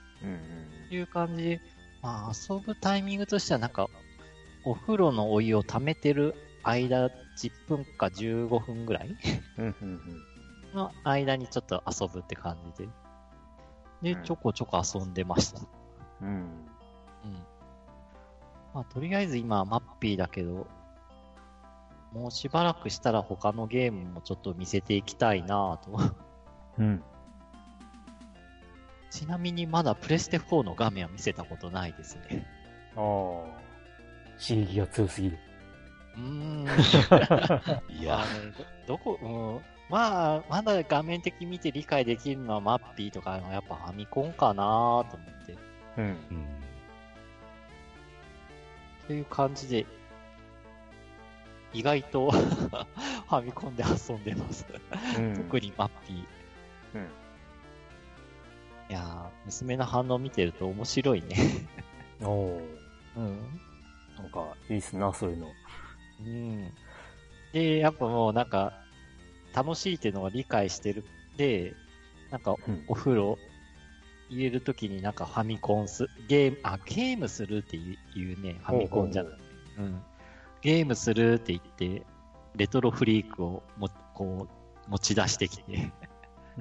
S4: いう感じで、まあ、遊ぶタイミングとしては、なんか、お風呂のお湯を溜めてる間、10分か15分ぐらい
S1: うんうんうん。
S4: の間にちょっと遊ぶって感じで。
S1: う
S4: で、
S1: ん
S4: ちょこちょこ遊んでました。
S1: うん。
S4: うん。まあ、とりあえず今はマッピーだけど、もうしばらくしたら他のゲームもちょっと見せていきたいなぁと。
S1: うん。
S4: ちなみにまだプレステ4の画面は見せたことないですね。
S1: ああ。刺激が強すぎる。
S4: うー ん。
S2: い
S4: いや
S2: や、
S4: どどこ、うん、まあ、まだ画面的見て理解できるのはマッピーとか、やっぱファミコンかなと思って。
S1: うん。
S2: うん
S4: という感じで、意外と ファミコンで遊んでます。特にマッピー。
S1: うん
S4: いやー娘の反応見てると面白いね。
S1: に。おお。
S4: うん。
S1: なんか、いいっすな、そういうの。
S4: うん。で、やっぱもうなんか、楽しいっていうのは理解してるんで、なんか
S1: うん
S4: お風呂入れるときになんかファミコンす、ゲーム、あ、ゲームするっていういうね、ファミコンじゃない。うん。ゲームするって言って、レトロフリークをも、こう、持ち出してきて、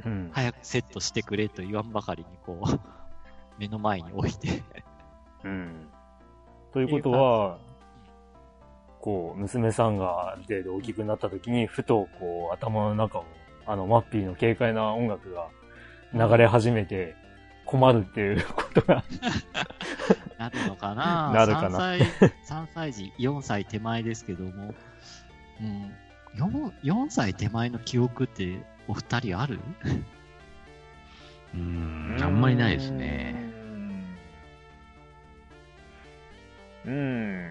S1: うん。
S4: 早くセットしてくれと言わんばかりにこう、 目の前に置いて。
S1: うん。ということは、こう、娘さんがある程度大きくなった時に、ふと、こう、頭の中を、あの、マッピーの軽快な音楽が流れ始めて、困るっていうことが、
S4: なるのかな
S1: なるかな
S4: 3歳、 三歳児、4歳手前ですけども、うん、4, 4歳手前の記憶ってお二人ある
S2: うーん、あんまりないですね。
S1: うーん。う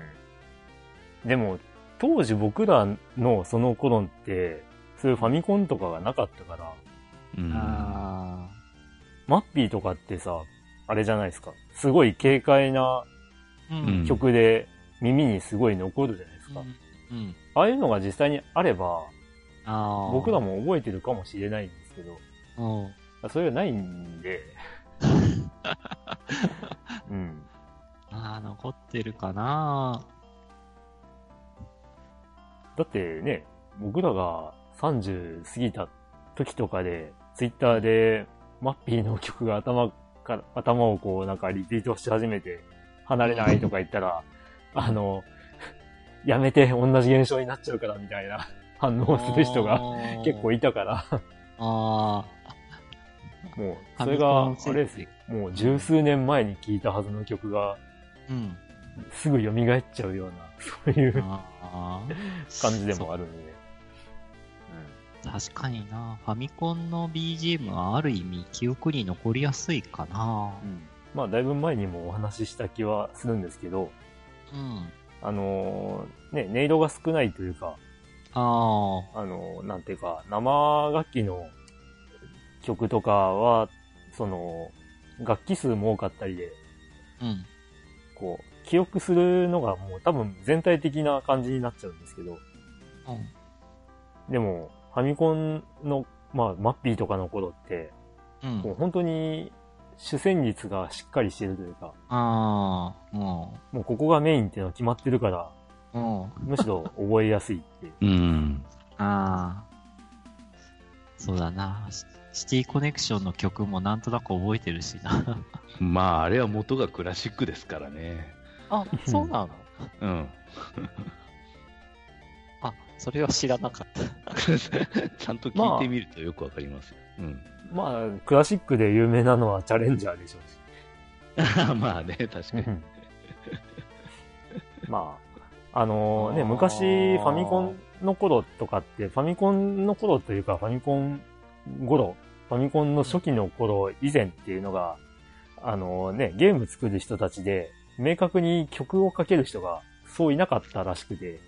S1: ん。でも、当時僕らのその頃って、そういうファミコンとかがなかったから、
S2: うん。
S4: あ
S1: マッピーとかってさ、あれじゃないですか。すごい軽快な
S4: あ。うん
S1: 曲で耳にすごい残るじゃないですか。
S4: うん。
S1: ああいうのが実際にあれば、
S4: ああ。
S1: 僕ら
S4: も。
S1: も覚えてるかもしれないんですけど、
S4: うん。
S1: それがないん で、うん。
S4: ああ、残ってるかな
S1: だってね、僕らが30過ぎた時とかで、ツイッターでマッピーの曲が頭から、頭をこうなんかリピートし始めて、離れないとか言ったら、あの、やめて同じ現象になっちゃうからみたいな反応をする人が結構
S4: い
S1: いたから、
S4: あ
S1: もう、
S4: あ。
S1: それが、
S4: ファミコ
S1: あ
S4: ン
S1: れですよ。もう十数年前に聴いたはずの曲が、
S4: うん。
S1: すぐ蘇っちゃうような、そういう
S4: ああ。
S1: 感じでもあるんで。
S4: 確かになファミコンの BGM はある意味記憶に残りやすいかな
S1: うんまあ、だいぶ前にもお話しした気はするんですけど、
S4: うん。
S1: あのーね、音色が少ないというか、
S4: あ
S1: あのーなんていうか、生楽器の曲とかは、その、楽器数も多かったりで、
S4: あ。うん。
S1: こう、記憶するのがもう多分全体的な感じになっちゃうんですけど、
S4: うん。
S1: でも、ファミコンの、まあ、マッピーとかの頃って、
S4: う。
S1: もうん本当に主戦率がしっかりしてるというか、
S4: ああ。も
S1: もうここがメインっていうのは決まってるから、
S4: うん。もうん。
S1: むしろ覚えやすいっていう。
S2: うん。
S4: ああ。そうだなシシティコネクションの曲もなんとなく覚えてるしな。
S2: まあ、あれは元がクラシックですからね。
S4: あ、
S1: そう
S4: なの
S2: うん。
S4: あ、それは知らなかった。
S2: ちゃんと聞いてみるとよくわかりますよ。うん。
S1: まあ、クラシックで有名なのはチャレンジャーでしょうし。
S2: まあね、確かに。
S1: まあ、あのね、
S4: あー
S1: 昔、ファミコンの頃とかって、ファミコンの頃というか、ファミコン頃、ファミコンの初期の頃以前っていうのが、あのね、ゲーム作る人たちで、明確に曲をかける人がそういなかったらしくて、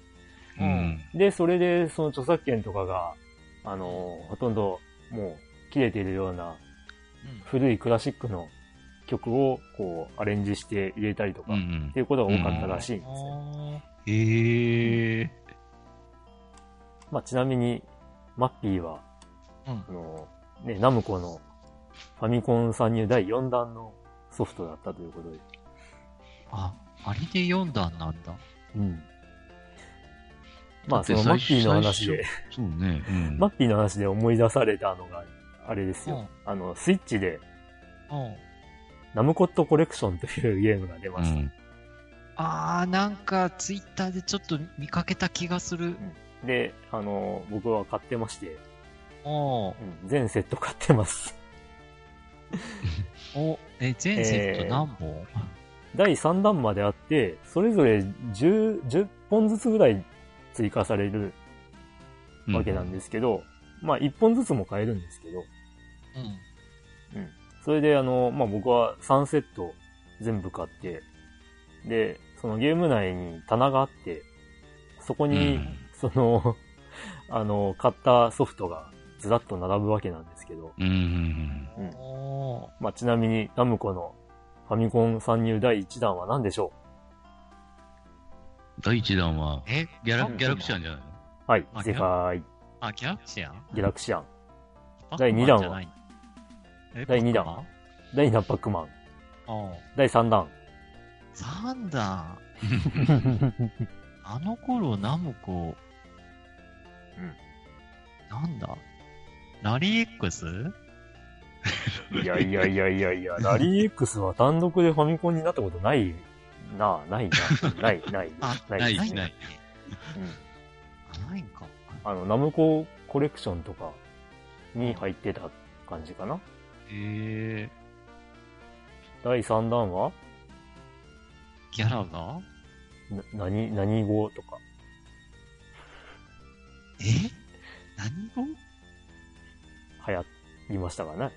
S2: うん。
S1: で、それで、その著作権とかが、あのほとんど、もう、切れているような古いクラシックの曲を、こう、アレンジして入れたりとか、
S2: う
S1: っ
S2: ん
S1: ていうことが多かったらしいんですよ。
S2: へえ。
S1: まあ、ちなみに、マッピーは、
S4: うん
S1: あの、ね、ナムコのファミコン参入第4弾のソフトだったということで。
S4: あ、あれで4段なんだ。
S1: うん。ま
S2: だ
S1: あ、
S2: っ
S1: そ
S2: て
S1: のマッピーの
S2: 最
S1: 話で、
S2: そうね。うん
S1: マッピーの話で思い出されたのが、あれですよ。
S4: うん
S1: あの、スイッチで、
S4: うん。
S1: ナムコットコレクションというゲームが出ました。
S2: うん
S4: ああ、なんかツイッターでちょっと見かけた気がする。
S1: で、あの、僕は買ってまして、
S4: お
S1: うん全セット買ってます。
S4: おえ、全セット何本、
S1: 第3弾まであって、それぞれ 10, 10本ずつぐらい追加されるわけなんですけど、まあ1本ずつも買えるんですけど、
S4: うん。
S1: それであの、まあ僕は3セット全部買って、で、そのゲーム内に棚があって、そこに、
S2: うん
S1: その、 あの、買ったソフトがずらっと並ぶわけなんですけど、
S2: うんうん
S1: うん
S4: おー
S1: まあちなみにナムコのファミコン参入第1弾は何でしょ
S2: 第1弾は、
S4: え、
S2: ギャラ
S4: うん
S2: ギャラクシアンじゃないの
S1: うはい
S4: ま、あ
S1: 世界
S4: あ、ギャラクシアン
S1: ギャラクシアン。
S4: パック
S1: 第
S4: マ
S1: 二
S4: ン
S1: 弾は
S4: じゃないのえ
S1: 第二弾
S4: パッ
S1: 第7パックマン。
S4: クマンうん。
S1: 第3弾。
S4: 3弾。あの頃、ナムコ。
S1: うん。
S4: なんだラリー X?
S1: いやいやいやいやい や、ラリー X は単独でファミコンになったことないな、ないな、ない、ない、
S4: あ
S2: ない
S1: です
S2: な
S1: ね
S2: い。
S1: うん
S4: あないんか。
S1: あの、ナムココレクションとかに入ってた感じかな。
S4: えー、
S1: 第3弾は
S4: ギャラが
S1: な何、何語とか。
S4: え何語
S1: 流行りましたかね。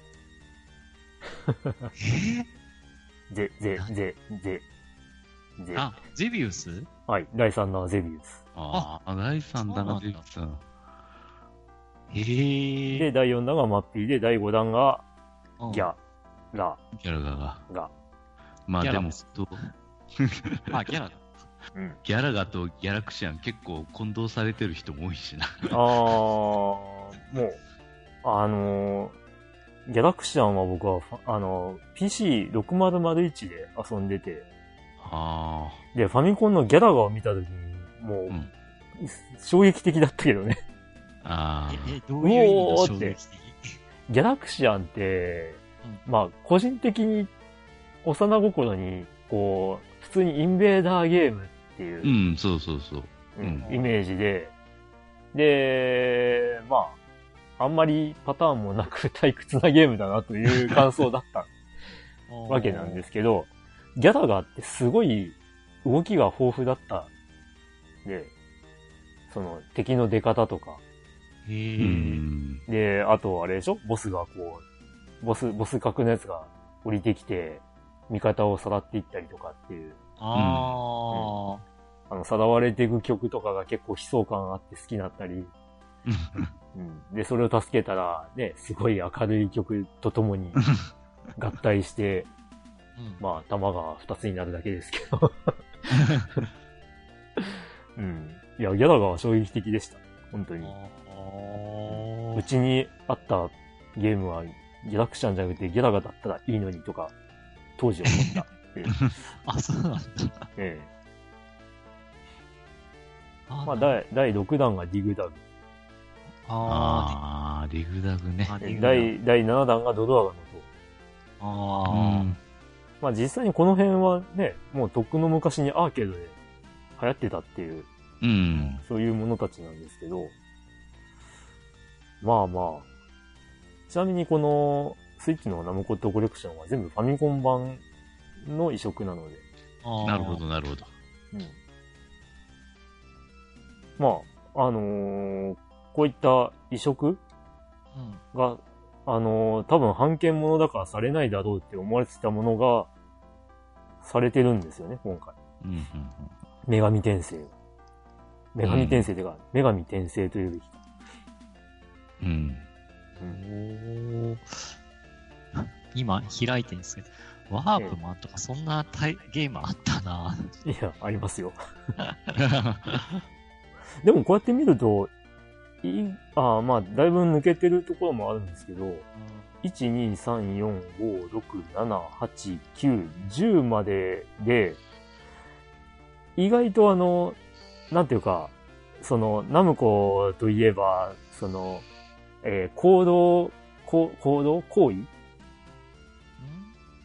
S1: ゼ、ゼ、ゼ、ゼ、ゼ。
S5: あ、ゼビウス
S1: はい、第3弾はゼビウス。
S2: ああ、第3弾が出てきた。
S5: へ
S1: で、
S5: え。
S1: 第4弾がマッピーで、第5弾が
S5: うん
S1: ギャ、ラ、
S2: ギャラが。
S1: ガ。
S2: まあ
S5: ギャ
S2: で
S5: ラ
S2: も
S5: も、
S2: と
S5: あ、ギャラだ。
S1: うん。
S2: ギャラガとギャラクシアン結構混同されてる人も多いしな。
S1: あー、もう、あのーギャラクシアンは僕はファ、あのー PC6001 で遊んでて、
S2: あ
S1: で、ファミコンのギャラガを見たときに、もう、
S2: うん
S1: 衝撃的だったけどね。
S2: あ。ああ。
S5: え、えどういう意味
S1: うお
S5: の
S1: ー
S5: 衝
S1: っ
S5: 撃
S1: て
S5: 的。
S1: ギャラクシアンって、まあ、個人的に、幼心に、こう、普通にインベーダーゲームっていう、
S2: うん、そうそうそう。うん
S1: イメージで、で、まあ、あんまりパターンもなく退屈なゲームだなという感想だった わけなんですすけど、ギャラガーってすごい動きが豊富だった。で、その敵の出方とか、
S5: へ
S2: う
S5: え。
S2: ん。
S1: で、あとあれでしょボスがこう、ボス、ボス格のやつが降りてきて、味方をさらっていったりとかっていう、
S5: あ
S1: あの、さらわれていく曲とかが結構悲壮感あって好きだったり、うん、で、それを助けたら、ね、すごい明るい曲とと もに合体して、
S5: あ。うん
S1: まあ、弾が2つになるだけですけど。うん。いや、ギャラガーは衝撃的でした。本当に。
S5: あ
S1: うちにあったゲームは、ギャラクシャンじゃなくてギャラガーだったらいいのにとか、当時思った。
S5: あ。あ、そうなんだ。
S1: ええ。ま
S5: ま
S1: あ、第第6弾がディグダグ。
S5: あ
S2: ああ、リグダグね
S5: ー。あ。
S1: え第第7弾がドドアガの塔。
S5: あ
S2: う
S5: あ。
S2: ん。
S1: まあ実際にこの辺はね、もうとっくの昔にアーケードで流行ってたっていう、
S2: うん。
S1: そういうものたちなんですけど、まあまあ、ちなみにこのスイッチのナムコットコレクションは全部ファミコン版の移植なので、
S5: あー
S2: なるほ。ど、なるほど。
S1: まあ、あのーこういった移植
S5: うん
S1: が、あのー多分版権ものだからされないだろうって思われてたものが、されてるんですよね、今回。
S2: うんうん
S1: 女神転生。女神転生てか、女神転生というべきか。
S2: うん。うん。
S5: おー今開いてるんですけど、ワープマンとかそんなタイゲームあったな。
S1: いや、ありますよ。でもこうやって見ると、いい、ああ、まあ、だいぶ抜けてるところもあるんですけど、1、2、3、4、5、6、7、8、9、10までで、意外とあの、なんていうか、その、ナムコといえば、その、えー行動、こう行動行為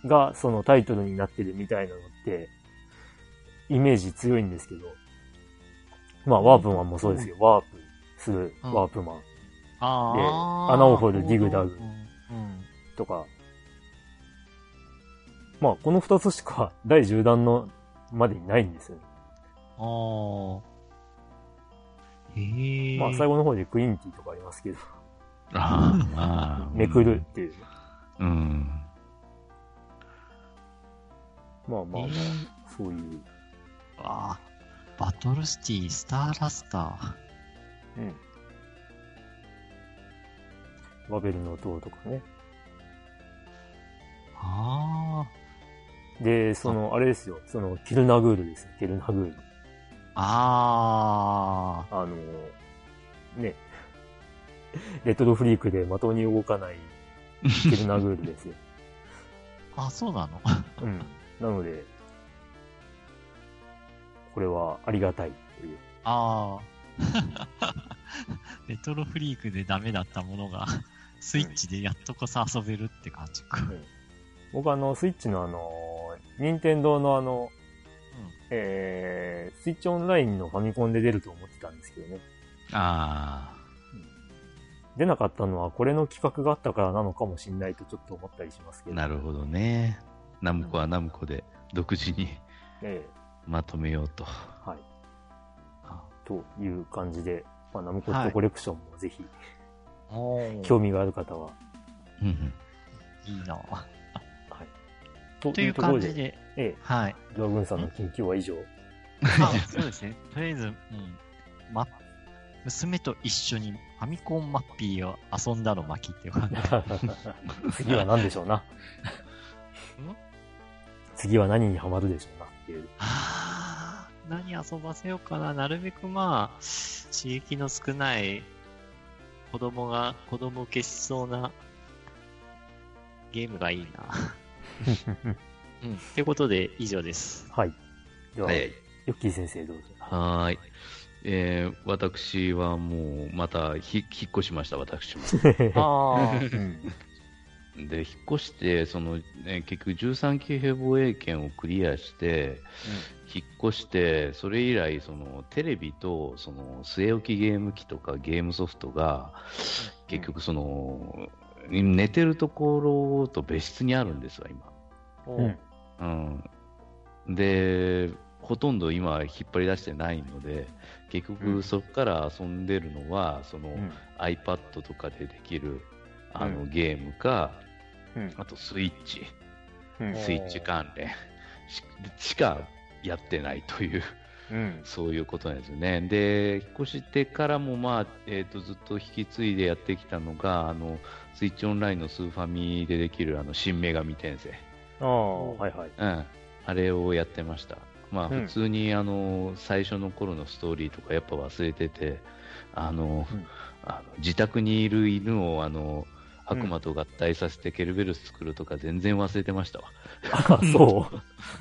S1: がそのタイトルになってるみたいなのって、イメージ強いんですけど、まあ、ワープマンもそうですよ。ワープする、
S5: うん
S1: ワープマン
S5: あー
S1: で穴を掘るディグダグ
S5: うん
S1: とか、まあ、この二つしか 第10弾のまでにないんですよね。
S5: あーへえ。
S1: まあ、最後の方でクインティとかありますけど、
S2: あーまあ。
S1: めくるっていう。
S2: うん。
S1: まあまあま
S5: へー
S1: あ、そういう。
S5: あーバトルシティ、スターラスタ
S1: うん。バベルの塔とかね。
S5: ー。あ
S1: で、その、あれですよ。その、ケルナグールですよ。ケルナグール。
S5: あ。あ
S1: あのね。 レトロフリークでまともに動かないケルナグールですよ。
S5: あ。あ、そうなの
S1: うん。なので、これはありがたいという。
S5: ああ。 レトロフリークでダメだったものが、スイッチでやっとこさ遊べるって感じか。
S1: ん僕あの、スイッチのあの、任天堂のあの、えー、スイッチオンラインのファミコンで出ると思ってたんですけどね。
S2: あ
S1: 出なかったのはこれの企画があったからなのかもしんないとちょっと思ったりしますけ
S2: あ。
S1: ど。
S2: なるほどね。ナムコはナムコで独自に
S1: え
S2: まとめようと。
S1: えはい。という感じで、まあ、ナムコッ
S5: は
S1: ト
S5: い
S1: コレクションもぜひ、
S5: おー
S1: 興味がある方は、
S2: うんうん
S5: いいな。
S1: と
S5: という
S1: とこ
S5: 感
S1: ろ
S5: じで、
S1: ええ、
S5: はい。
S1: ドラグーンさんの近況は以上。
S5: あそうですね。とりあえず、うん、ま、娘と一緒にファミコンマッピーを遊んだの巻っていう感じ。
S1: 次は何でしょうな。次は何にハマるでしょうなっていう。
S5: あー何遊ばせようかな。なるべくまあ、刺激の少ない、子供が、子供受けしそうなゲームがいいな。うん。ってことで、以上です。
S1: はい。では、
S2: は
S1: ヨ
S2: い。
S1: ッキー先生どうぞ。
S2: はーい。えー、私はもう、また、ひ、引っ越しました、私も。
S5: ああ。
S1: うん
S2: で、引っ越して、その、ね、結局13期平防衛圏をクリアして、引っ越して、それ以来、その、テレビと、その、据え置きゲーム機とかゲームソフトが、結局その、寝てるところと別室にあるんですわ、今。
S1: うん
S2: うん、で、ほとんど今引っ張り出してないので、結
S1: う
S2: 局
S1: ん
S2: そこから遊んでるのは、その
S1: うん
S2: iPad とかでできるあ
S1: う
S2: のゲームか、
S1: うん
S2: あとスイッチ、
S1: うん
S2: スイッチ関連ししかやってないという、
S1: うん
S2: そういうことなんですよね。で、引っ越してからも、まあ、えっ、と、ずっと引き継いでやってきたのが、あの、スイッチオンラインのスーファミでできる、あの、新女神転生。
S1: ああ、はいはい。
S2: うん、あれをやってました。まあ
S1: うん
S2: 普通にあの最初の頃のストーリーとかやっぱ忘れてて、あの、
S1: うん
S2: あの自宅にいる犬をあの
S1: うん
S2: 悪魔と合体させてケルベルス作るとか全然忘れてましたわ。
S1: あ、 そ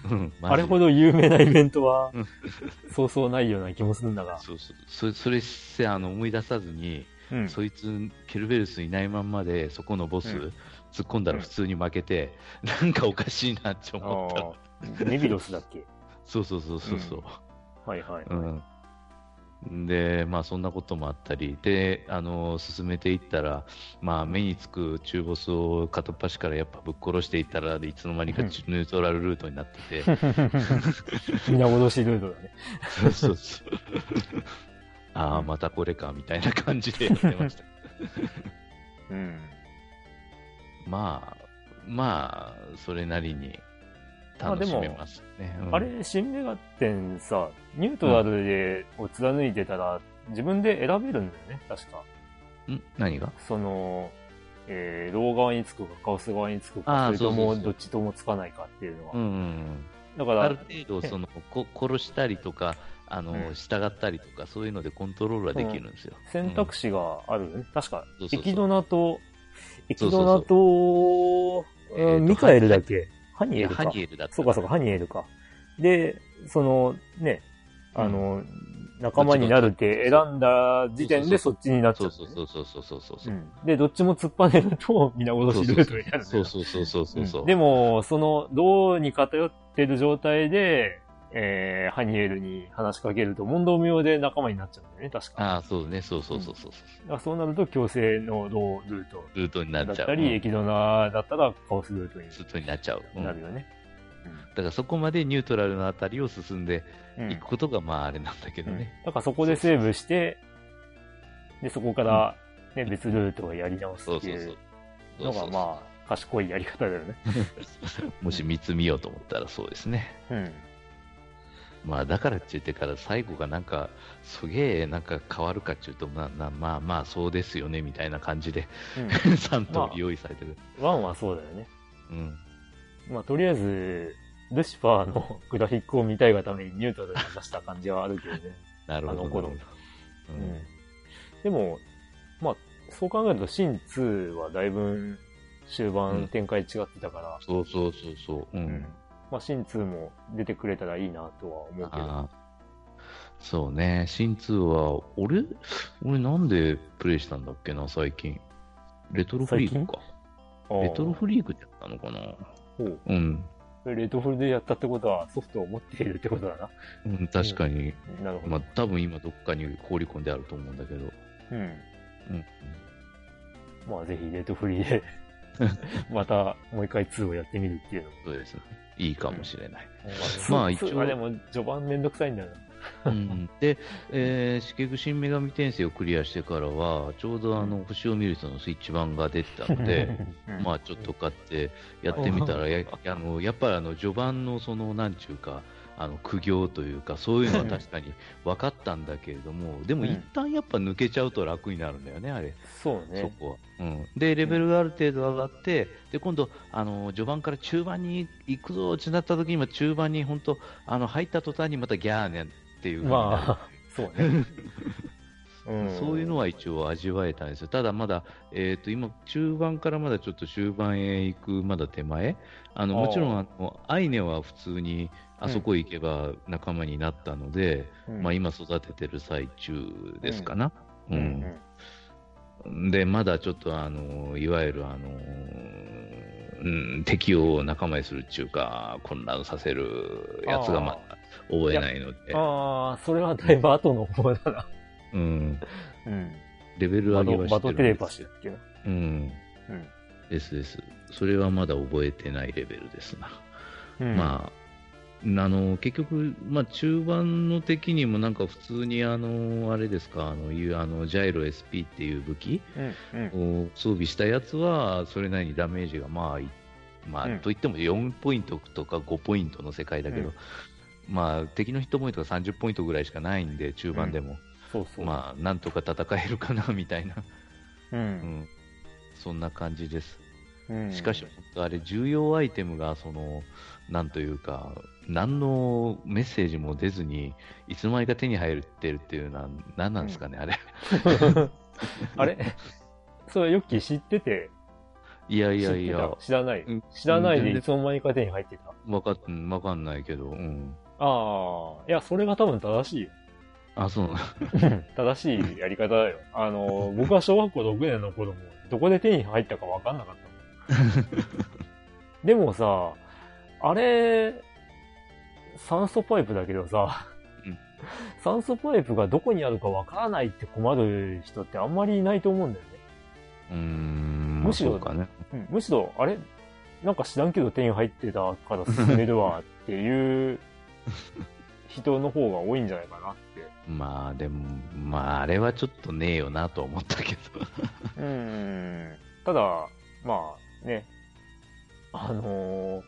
S1: う。
S2: うん、マジで
S1: あれほど有名なイベントは
S2: うん、
S1: そうそうないような気もするんだが。
S2: そうそうそれそれしてあの思い出さずに、
S1: うん
S2: そいつケルベルスいないまんまでそこのボス、
S1: うん
S2: 突っ込んだら普通に負けて、なんかおかしいなって思った。
S1: ああ、ネビドスだっけ
S2: そうそうそうそうそう。
S1: はいはい。
S2: うん、で、まあそんなこともあったり、で、あの、進めていったら、まあ目につく中ボスを片っ端からやっぱぶっ殺していったら、でいつの間にか
S1: うん
S2: ニュートラルルートになって て、
S1: 皆殺しルールだね。
S2: そうそうそう。ああ、またこれか、みたいな感じでやっ てました。
S1: うん。
S2: まあ、まあ、それなりに楽しめますね。うん
S1: あれ、新メガテンさ、ニュートラルで、を貫いてたら、自分で選べるんだよね、確か。
S2: ん何が
S1: その、えー、ロー側につくか、カオス側につく
S2: あ
S1: か、
S2: あ
S1: それと
S2: そうそう
S1: も
S2: そう
S1: どっちともつかないかっていうのは。
S2: うんうんうん。
S1: だか
S2: あ
S1: ら
S2: る、程度そのこ殺したりとかあの、
S1: うん
S2: 従ったりとかそういうのでコントロールはできるんですよ。
S1: 選択肢があるよね。確か
S2: そう、そうそう
S1: エキドナと、エキ
S2: そう
S1: ド
S2: そ
S1: ナ
S2: う
S1: と、
S2: えー
S1: う
S2: と
S1: んミカエルだっけハ
S2: うん
S1: ニ
S2: い
S1: エ
S2: や
S1: ルか
S2: ハ。ニエルだった
S1: そうかそうか、ハニエルか。で、その、ね、あの、仲間になるって選んだ時点でそっちになっち
S2: そ
S1: ゃ
S2: う
S1: う、
S2: そうそうそうそうそうそう
S1: う。
S2: そうん
S1: で、どっちも突っぱねると、皆
S2: そ
S1: 殺
S2: う
S1: しルートになるんだよ
S2: そうそうそうそうそうそう
S1: うんでも、その、どうに偏ってる状態で、えー、ハニエルに話しかけると、問答無用で仲間になっちゃうんだよね、確か。
S2: ああそうねそうそうそうそう、
S1: だからそうなると、強制のロールート
S2: ルートにな
S1: だ
S2: っ
S1: っ
S2: ちゃう
S1: たり、
S2: うん
S1: エキドナだったらカオスルート
S2: ルートになっちゃう、う
S1: に
S2: ん
S1: なる
S2: だ
S1: よね。
S2: からそこまでニュートラルのあたりを進んで
S1: うん
S2: いくことが、まああれなんだけど
S1: うん
S2: ね、
S1: だからそこでセーブして、で、そこから、ね、別ルートをやり直す
S2: そう
S1: って
S2: そ
S1: いう
S2: そう
S1: うのが、
S2: あ
S1: まあ、賢いやり方だよね。
S2: もし見つ見ようと思ったらそうですね
S1: うん。
S2: まあだからって言ってから最後がなんかすげえなんか変わるかっていうとまあなまあまあそうですよねみたいな感じ で3通り用意されてる、
S1: ワンはそうだよね。
S2: うん、
S1: まあ、とりあえず、ルシファーの グラフィックを見たいがためにニュートラルに出した感じはあるけどね。
S2: なるほど
S1: あの頃
S2: なるほ
S1: う
S2: どうん
S1: ん。でも、まあ、そう考えると、シン2はだいぶ終盤展開違ってたから、
S2: そうそうそうそう、うん
S1: まあ、シン2も出てくれたらいいなとは思うけど。
S2: ああそうね新通は俺俺なんでプレイしたんだっけな最近レトロフリークかレトロフ
S1: リ
S2: リークでやったのかな
S1: ほう
S2: うん、
S1: レトフルでやったってことはソフトを持っているってことだな。
S2: うん、確かに、
S1: なるほど。
S2: まあ多分今どっかに放り込んであると思うんだけど
S1: うん。
S2: うん
S1: まあぜひレトフリで また、もう一回2をやってみるっていうのも。
S2: そうですね。いいかもしれない。
S1: ま
S2: ま
S1: あ、
S2: あ
S1: 一
S2: 一応
S1: 応。あ、でも、序盤めんどくさいんだよな。
S2: うんで、えー、結局新女神転生をクリアしてからは、ちょうどあの、星を見る人のスイッチ版が出てたの で、
S1: うん
S2: まあちょっと買ってやってみたら、や あのやっぱりあの序盤のその、なんちゅうか、あの苦行というか、そういうのは確かに分かったんだけれども、でも
S1: うん
S2: 一旦やっぱ抜けちゃうと楽になるんだよね、あれ。
S1: そう
S2: そ
S1: ね。
S2: こは、うん、でレベルがある程度上がって、で今度あの、序盤から中盤に行くぞってなった時には、中盤に本当、あの入った途端にまたギャーねんっていう、
S1: まあ、 そうね。うん
S2: そういうのは一応味わえたんですよ、ただまだ、えー、と今、中盤からまだちょっと終盤へ行く、まだ手前、あの
S1: あー
S2: もちろんあの、アイネは普通にあそこへ行けば仲間になったので、
S1: うん
S2: まあ、今、育ててる最中ですかな。
S1: うん
S2: うんで、まだちょっと、あの、いわゆる、あの、うん、敵を仲間にするっていうか、混乱させるやつがまだ覚えないので、
S1: ああ、それはだいぶ後の方だな。
S2: うん、
S1: うん。
S2: レベル
S1: バ
S2: 上げ
S1: トバ
S2: はして
S1: ト
S2: るん
S1: テレ
S2: で
S1: パ
S2: す
S1: シ
S2: よ
S1: ーっていうの。
S2: うん。
S1: うん
S2: ですです。それはまだ覚えてないレベルですな。
S1: うん
S2: まあ、あの結局、まあ、中盤の敵にもなんか普通にあのあれですかあのいうあのジャイロ SP っていう武器
S1: うんうん
S2: を装備したやつはそれなりにダメージがまあい、まあ
S1: うん
S2: といっても4ポイントとか5ポイントの世界だけ
S1: う
S2: ど、
S1: ん
S2: まあ、敵の1ポイントが30ポイントぐらいしかないんで中盤でも、
S1: そうそう。
S2: まあ、なんとか戦えるかなみたいな、
S1: う
S2: うんん、そんな感じです。
S1: うん
S2: しかし、本当あれ、重要アイテムが、その、なんというか、何のメッセージも出ずに、いつの間にか手に入ってるっていうのは、何なんですかね、あれ。
S1: あれ それ、ヨッキー知ってて。
S2: いや
S1: い
S2: いやいや、
S1: 知らない
S2: うん。
S1: 知らないで
S2: 全然
S1: いつの間にか手に入ってた。
S2: わかん、わかんないけど、うん。
S1: ああ、いや、それが多分正しいよ。
S2: あ、そうな
S1: 正しいやり方だよ。あの、僕は小学校6年の頃も、どこで手に入ったか分かんなかったも ん。でもさ、あれ、酸素パイプだけどさ
S2: うん、
S1: 酸素パイプがどこにあるか分からないって困る人ってあんまりいないと思うんだよね。
S2: うーん、
S1: むしろ
S2: そうかね。
S1: むしろ、あれなんか知らんけど手に入ってたから進めるわっていう人の方が多いんじゃないかなって。
S2: まあ、でも、まあ、あれはちょっとねえよなと思ったけど。
S1: うーんただ、まあね、あのー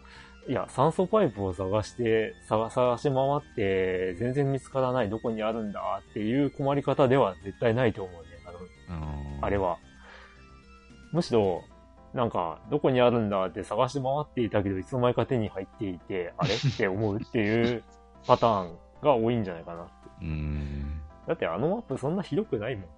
S1: いや、酸素パイプを探して、探探し回って、全然見つからない、どこにあるんだっていう困り方では絶対ないと思うね、あの、
S2: う ん
S1: あれは。むしろ、なんか、どこにあるんだって探して回っていたけど、いつの間にか手に入っていて、 あれって思うっていうパターンが多いんじゃないかな。
S2: うん。
S1: だってあのマップそんなひどくないもん。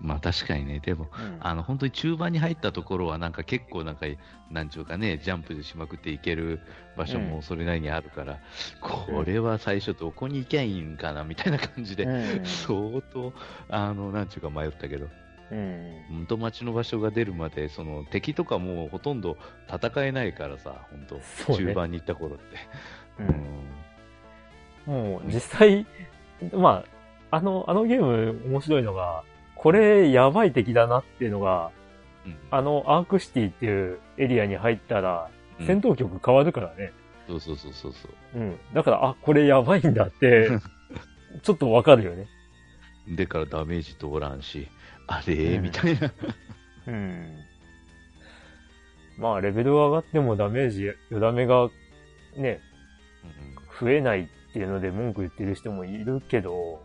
S2: まあ、確かにね、でも、
S1: うん
S2: あの本当に中盤に入ったところはなんか結構なんかなんちゅうかねジャンプしまくっていける場所
S1: うん
S2: もそれなりにあるから、
S1: うん
S2: これは最初どこに行きゃいいんかなみたいな感じで、
S1: うん
S2: 相当あのなんちゅうか迷ったけど
S1: うん
S2: 本当町の場所が出るまでその敵とかもうほとんど戦えないからさ本当、
S1: そうね
S2: 中盤に行った頃って、
S1: うん
S2: うん
S1: もう実際、まあ、あの、あのゲーム面白いのが、これやばい敵だなっていうのが、
S2: うん
S1: あのアークシティっていうエリアに入ったら、
S2: うん
S1: 戦闘局変わるからね。
S2: そうそうそうそうそう
S1: うん。だから、あ、これやばいんだって、ちょっとわかるよね。
S2: でからダメージ通らんしあれー、
S1: うん
S2: みたいな
S1: うん。まあ、レベルが上がってもダメージ、よだめがね、
S2: うん
S1: 増えないっていうので文句言ってる人もいるけど、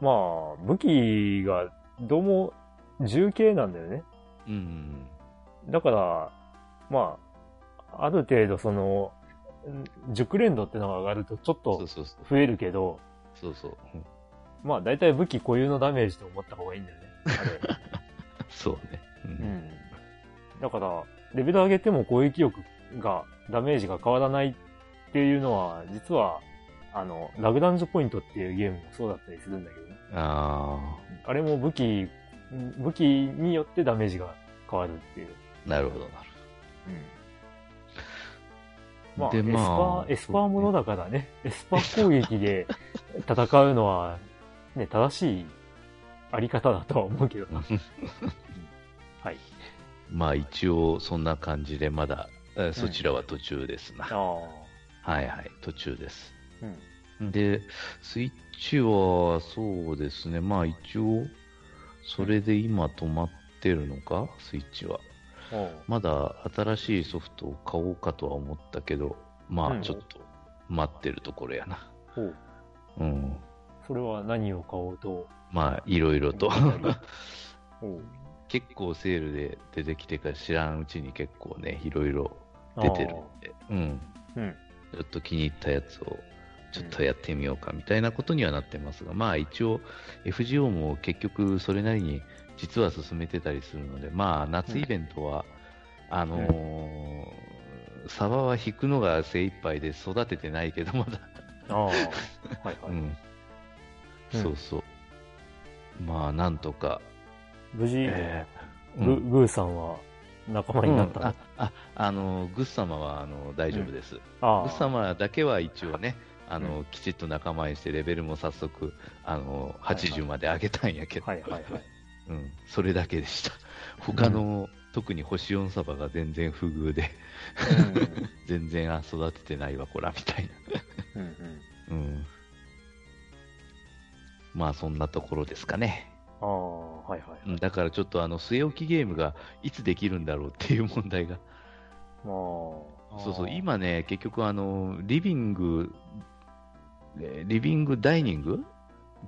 S1: まあ、武器がどうも重系なんだよね。
S2: うん
S1: だから、まあ、ある程度その、ん熟練度ってのが上がるとちょっ
S2: そう
S1: と
S2: そうそう
S1: 増えるけど、
S2: そうそう、うん
S1: まあ大体武器固有のダメージと思った方がいいんだよね。あ
S2: そうね。う
S1: れうんん。だから、レベル上げても攻撃力が、ダメージが変わらないっていうのは、実は、あの、ラグランジュポイントっていうゲームもそうだったりするんだけどね。
S2: あ
S1: あれも武器、武器によってダメージが変わるっていう。
S2: あ、なるほど、なる
S1: まあ、
S2: でまあ
S1: エスパー、エスパーものだからね、エスパー攻撃で戦うのは、ね、正しいあり方だとは思うけどな。
S2: ほど。
S1: はい。
S2: ままあ一応そんな感じでまだ、えそちらは途中ですな、
S1: ああ。
S2: はいはい途中です
S1: うん。
S2: でスイッチはそうですねまあ一応それで今止まってるのかスイッチは
S1: おう
S2: まだ新しいソフトを買おうかとは思ったけどま
S1: う
S2: あ
S1: ん
S2: ちょっと待ってるところやな
S1: おう
S2: うん
S1: それは何を買おうと。
S2: まあいろいろと
S1: おう
S2: 結構セールで出てきてから知らんうちに結構ねいろいろ 出てるんでうん
S1: ああうん。
S2: ちょっと気に入ったやつをちょっとやってみようかみたいなことにはなってますが、まあ一応 FGO も結局それなりに実は進めてたりするので、まあ夏イベントは、あのーサバは引くのが精一杯で育ててないけど、まだ、
S1: ああ。はいはい。
S2: うん、
S1: うん
S2: そうそう。まあなんとか、
S1: 無事、
S2: えー
S1: グ
S2: うん
S1: グーさんは仲間になったの、
S2: うんあああのグッ様はあの大丈夫です、
S1: あ
S2: グッ様だけは一応ね、あのきちっと仲間にして、レベルも早速あの
S1: はい
S2: 80まで上げたんやけど、
S1: はいはいはい。
S2: うん、それだけでした。他の、特に星4サバが全然不遇で、 全然あ育ててないわ、こらみたい
S1: うん。うん
S2: な、うん。まあそんなところですかね。
S1: ああ、はいはい。
S2: うんだからちょっとあの据え置きゲームがいつできるんだろうっていう問題が
S1: まあ。
S2: そうそう、今ね、結局、あの、リビング、えーリビング、ダイニング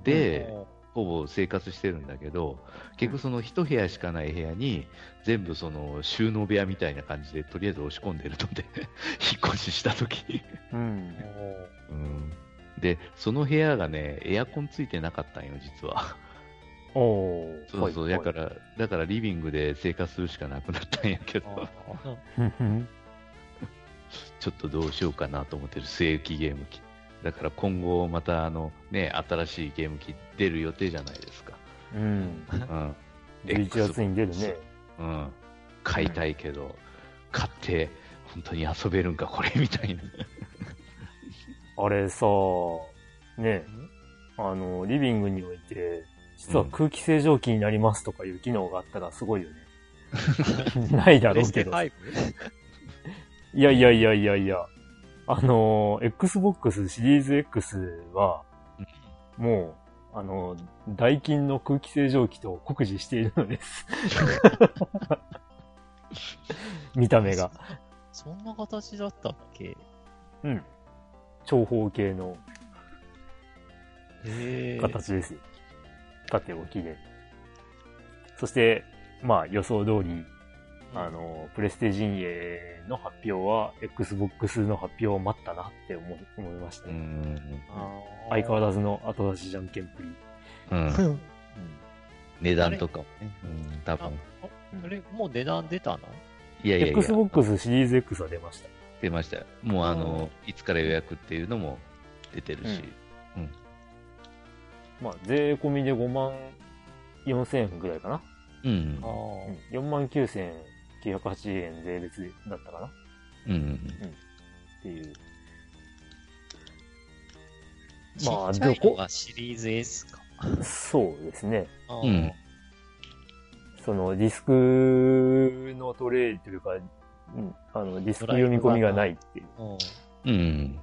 S2: で、ほぼ生活してるんだけど、結局その一部屋しかない部屋に、全部その収納部屋みたいな感じで、とりあえず押し込んでるので、 引っ越しした時に。
S1: うん。
S2: うんで、その部屋がね、エアコンついてなかったんよ、実は。
S1: おおー。
S2: そうそう、
S1: はい
S2: だ
S1: はい
S2: から、だからリビングで生活するしかなくなったんやけど、
S1: うん
S2: ちょっとどうしようかなと思ってる据え置きゲーム機。だから今後またあのね、新しいゲーム機出る予定じゃないです か。
S1: うん。
S2: うん。
S1: 11月に出るね。
S2: うん。買いたいけど、買って本当に遊べるんかこれみ たいな。
S1: あれさ、ね、あの、リビングにおいて、実は空気清浄機になりますとかいう機能があったらすごいよね。 ないだろうけど。いやいやいやいやいや。あの、Xbox シリーズ X は、もう、あの、ダイキンの空気清浄機と酷似しているのです。見た目が。
S5: そんな形だったっけへ
S1: うん。長方形の
S5: え
S1: 形ですよ。縦置きで。そして、まあ予想通り、あの、プレステ陣営の発表は、Xbox の発表を待ったなって思い思いました
S2: う
S1: ね。
S2: ん。
S1: 相変わらずの後出しじゃんけんプリ。
S2: うん。値段とかもね。うん、多
S5: あ
S2: 分。
S5: あれ、もう値段出たの
S2: いやいやいや。
S1: Xbox シリーズ X は出ました。
S2: 出ましたよ。もうあの、いつから予約っていうのも出てるし。
S1: まあ税込みで5万4000円ぐらいかな。
S2: うん。
S1: うん、4万9980円税別だったかなっ
S2: うん。うん
S1: ていう。ま
S5: ま
S1: あ
S5: あ、ちっちゃいのがシリーズ S か。
S1: そうですね。
S5: あ
S2: う
S5: ー
S2: ん
S1: そのディスクのトレイというか、うんあのディスク読み込みがないっていう。
S5: うん
S2: うん。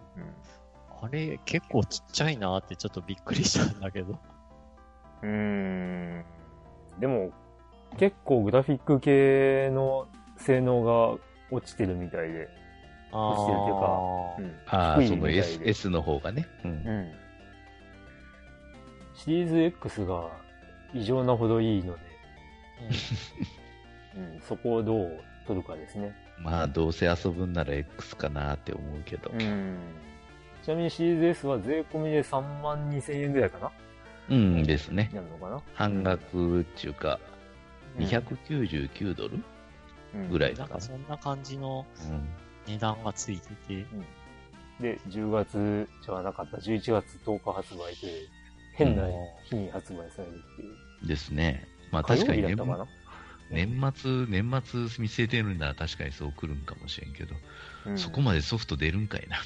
S5: あれ、結構ちっちゃいなってちょっとびっくりしたんだけど。
S1: うーん。でも、結構グラフィック系の性能が落ちてるみたいで。
S5: あ
S1: 落ちてるっていうか
S5: ー
S1: ん。
S2: あ
S1: 低
S2: あ、
S1: い
S2: そ
S1: み
S2: の
S1: たいで
S2: S, S の方がね。うん
S1: うん。シリーズ X が異常なほどいいので、うん、そこをどう取るかですね。
S2: まあ、どうせ遊ぶんなら X かなって思うけど。
S1: ん。ちなみにシリーズ S は税込みで3万2000円ぐらいかな
S2: うんですね。
S1: なるのかな
S2: 半額っていうか、299ドルぐら
S5: う
S2: い
S5: んな
S2: だ
S5: ん
S2: か
S5: かそんな感じの
S2: ら。うん
S5: 値段がついてて。
S1: で、10月じゃなかった、11月10日発売という、変な日に発売されるっていう。
S2: ですね。まあ
S1: 火曜
S2: 確かに
S1: 日だっ
S2: 年
S1: たかな
S2: 年末、年末見据えてるなら確かにそう来るんかもしれんけど、そこまでソフト出るんかいな、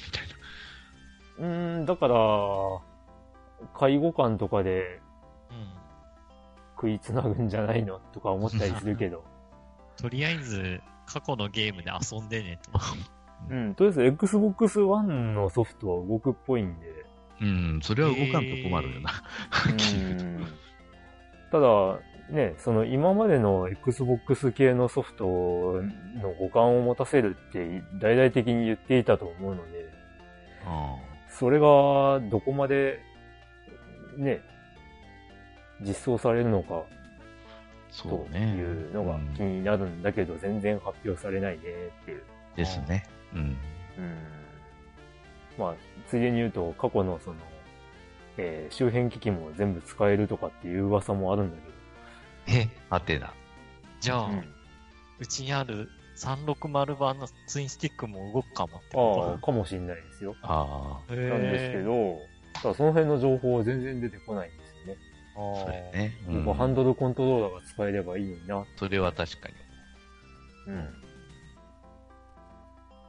S2: みたい
S1: で。う
S2: な。
S1: ん、だから、介護官とかで
S5: うん。
S1: 食いつなぐんじゃないのとか思ったりするけど、
S5: とりあえず過去のゲームで遊んでねと。
S1: うん、とりあえず Xbox One のソフトは動くっぽいんで。
S2: うん、それは動かんと困るよな。
S1: うんただ、ね、その今までの Xbox 系のソフトの互換を持たせるって大々的に言っていたと思うので、
S2: あ
S1: それがどこまで、ね、実装されるのか
S2: あ
S1: と
S2: そうね。
S1: いうのが
S2: うん
S1: 気になるんだけど、全然発表されないねっていう。
S2: ですね。うん。
S1: うんまあ、ついでに言うと、過去のその、えー周辺機器も全部使えるとかっていう噂もあるんだ
S2: え、はてな。
S5: じゃあ、
S1: けど。
S5: うちにある360版のツインスティックも動くかもって
S1: あ
S5: こ
S1: あ、かもしんないですよ。
S2: あ
S5: とな
S1: なんですけ。ど、ただその辺の情報は全然出てこないんですよね。
S5: あ
S2: あ、そ
S5: ー
S2: れね。う
S1: 僕はハン
S2: ん、
S1: ドルコントローラーが使えればいいのにな。
S2: それは確かに。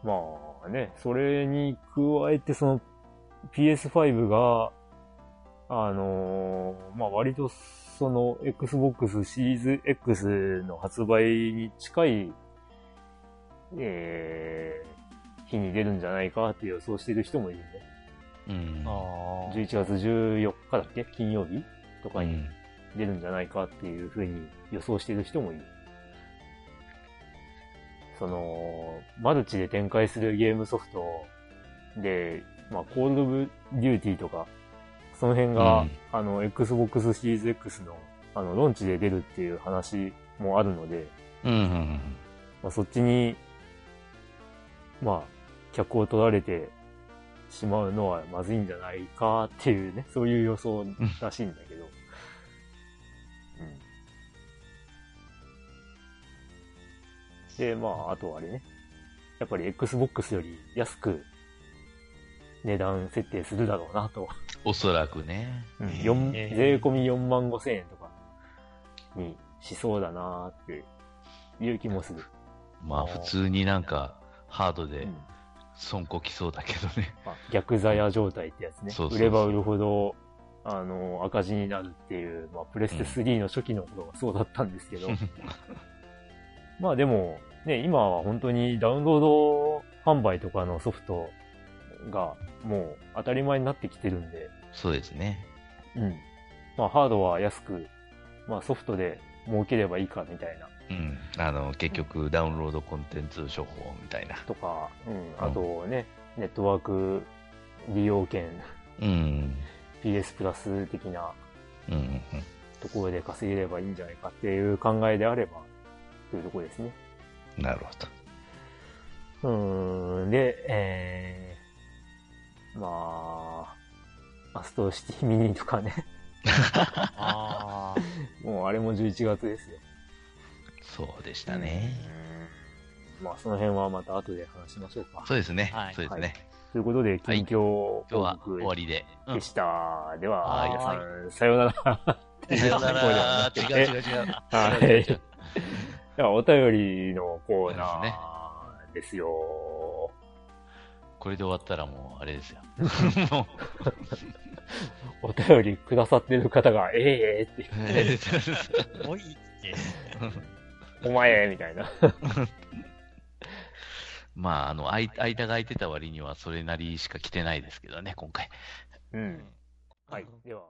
S1: まあね、それに加えてその PS5 が、あのーまあ割とその Xbox シリーズ X の発売に近い、えー日に出るんじゃないかって予想してる人もいるね。
S2: うん。
S5: あー
S1: 11月14日だっけ金曜日と
S2: う
S1: かに
S2: ん、
S1: 出るんじゃないかっていうふうに予想してる人もいる。その、マルチで展開するゲームソフトで、まあ、コールドオブデューティーとか、その辺が、
S2: うん
S1: あの、Xbox シリーズ X の、あの、ローンチで出るっていう話もあるので、
S2: うんうんうん。
S1: まあ、そっちに、まあ、客を取られてしまうのはまずいんじゃないかっていうね、そういう予想らしいんだけど。うん。で、まあ、あとはあれね。やっぱり Xbox より安く値段設定するだろうなと。
S2: おそらくね。
S1: うん
S5: え
S1: 四
S5: え
S1: 税込み4万5千円とかにしそうだなーっていう気もする。
S2: まあ、
S1: あー
S2: 普通になんか、ハード
S1: う
S2: で
S1: ん
S2: 損こきそうだけどね。
S1: まあ、逆ザヤ状態ってやつね。
S2: そうそうそう
S1: 売れば売るほど、あの、赤字になるっていう、まあ、プレステ3の初期の頃はそうだったんですけど。 まあでも、ね、今は本当にダウンロード販売とかのソフトがもう当たり前になってきてるんで、
S2: そうですね。
S1: うん。まあハードは安く、まあソフトで儲ければいいかみたいな。
S2: うん。あの、結局、ダウンロードコンテンツ処方みたいな。
S1: とか、うん。あとね、ネットワーク利用券、
S2: うん。
S1: PS プラス的な
S2: うんうん
S1: ところで稼げればいいんじゃないかっていう考えであれば、というところですね。
S2: うん。なるほど。
S1: うーん、で、えー、まあ、アストロシティミニとかね、
S5: あー。
S1: もうあれも11月ですよ。
S2: そうでしたね。
S1: まあ、その辺はまた後で話しましょうか。
S2: そうですね。
S5: はい
S2: そうですね。
S1: ということで、
S2: はい
S1: 近況報
S2: 今日は
S1: 告
S2: 終わりで。う
S1: で
S2: ん
S1: した。では、
S2: はい
S1: 皆さん、さようなら。
S2: さよなら。
S1: 声
S2: 違
S1: で
S2: う違う違う。
S1: はい
S2: 違う違う
S1: では、お便りのコー
S2: そうですね
S1: ナーですよ。
S2: これで終わったらもう、あれですよ。も
S1: お便りくださってる方が、ええええって
S2: う。
S5: おいって。
S1: お前みたいな。
S2: まあ、あの、あい間が空いてた割には、それなりしか来てないですけどね、今回。
S1: うん。はい。では。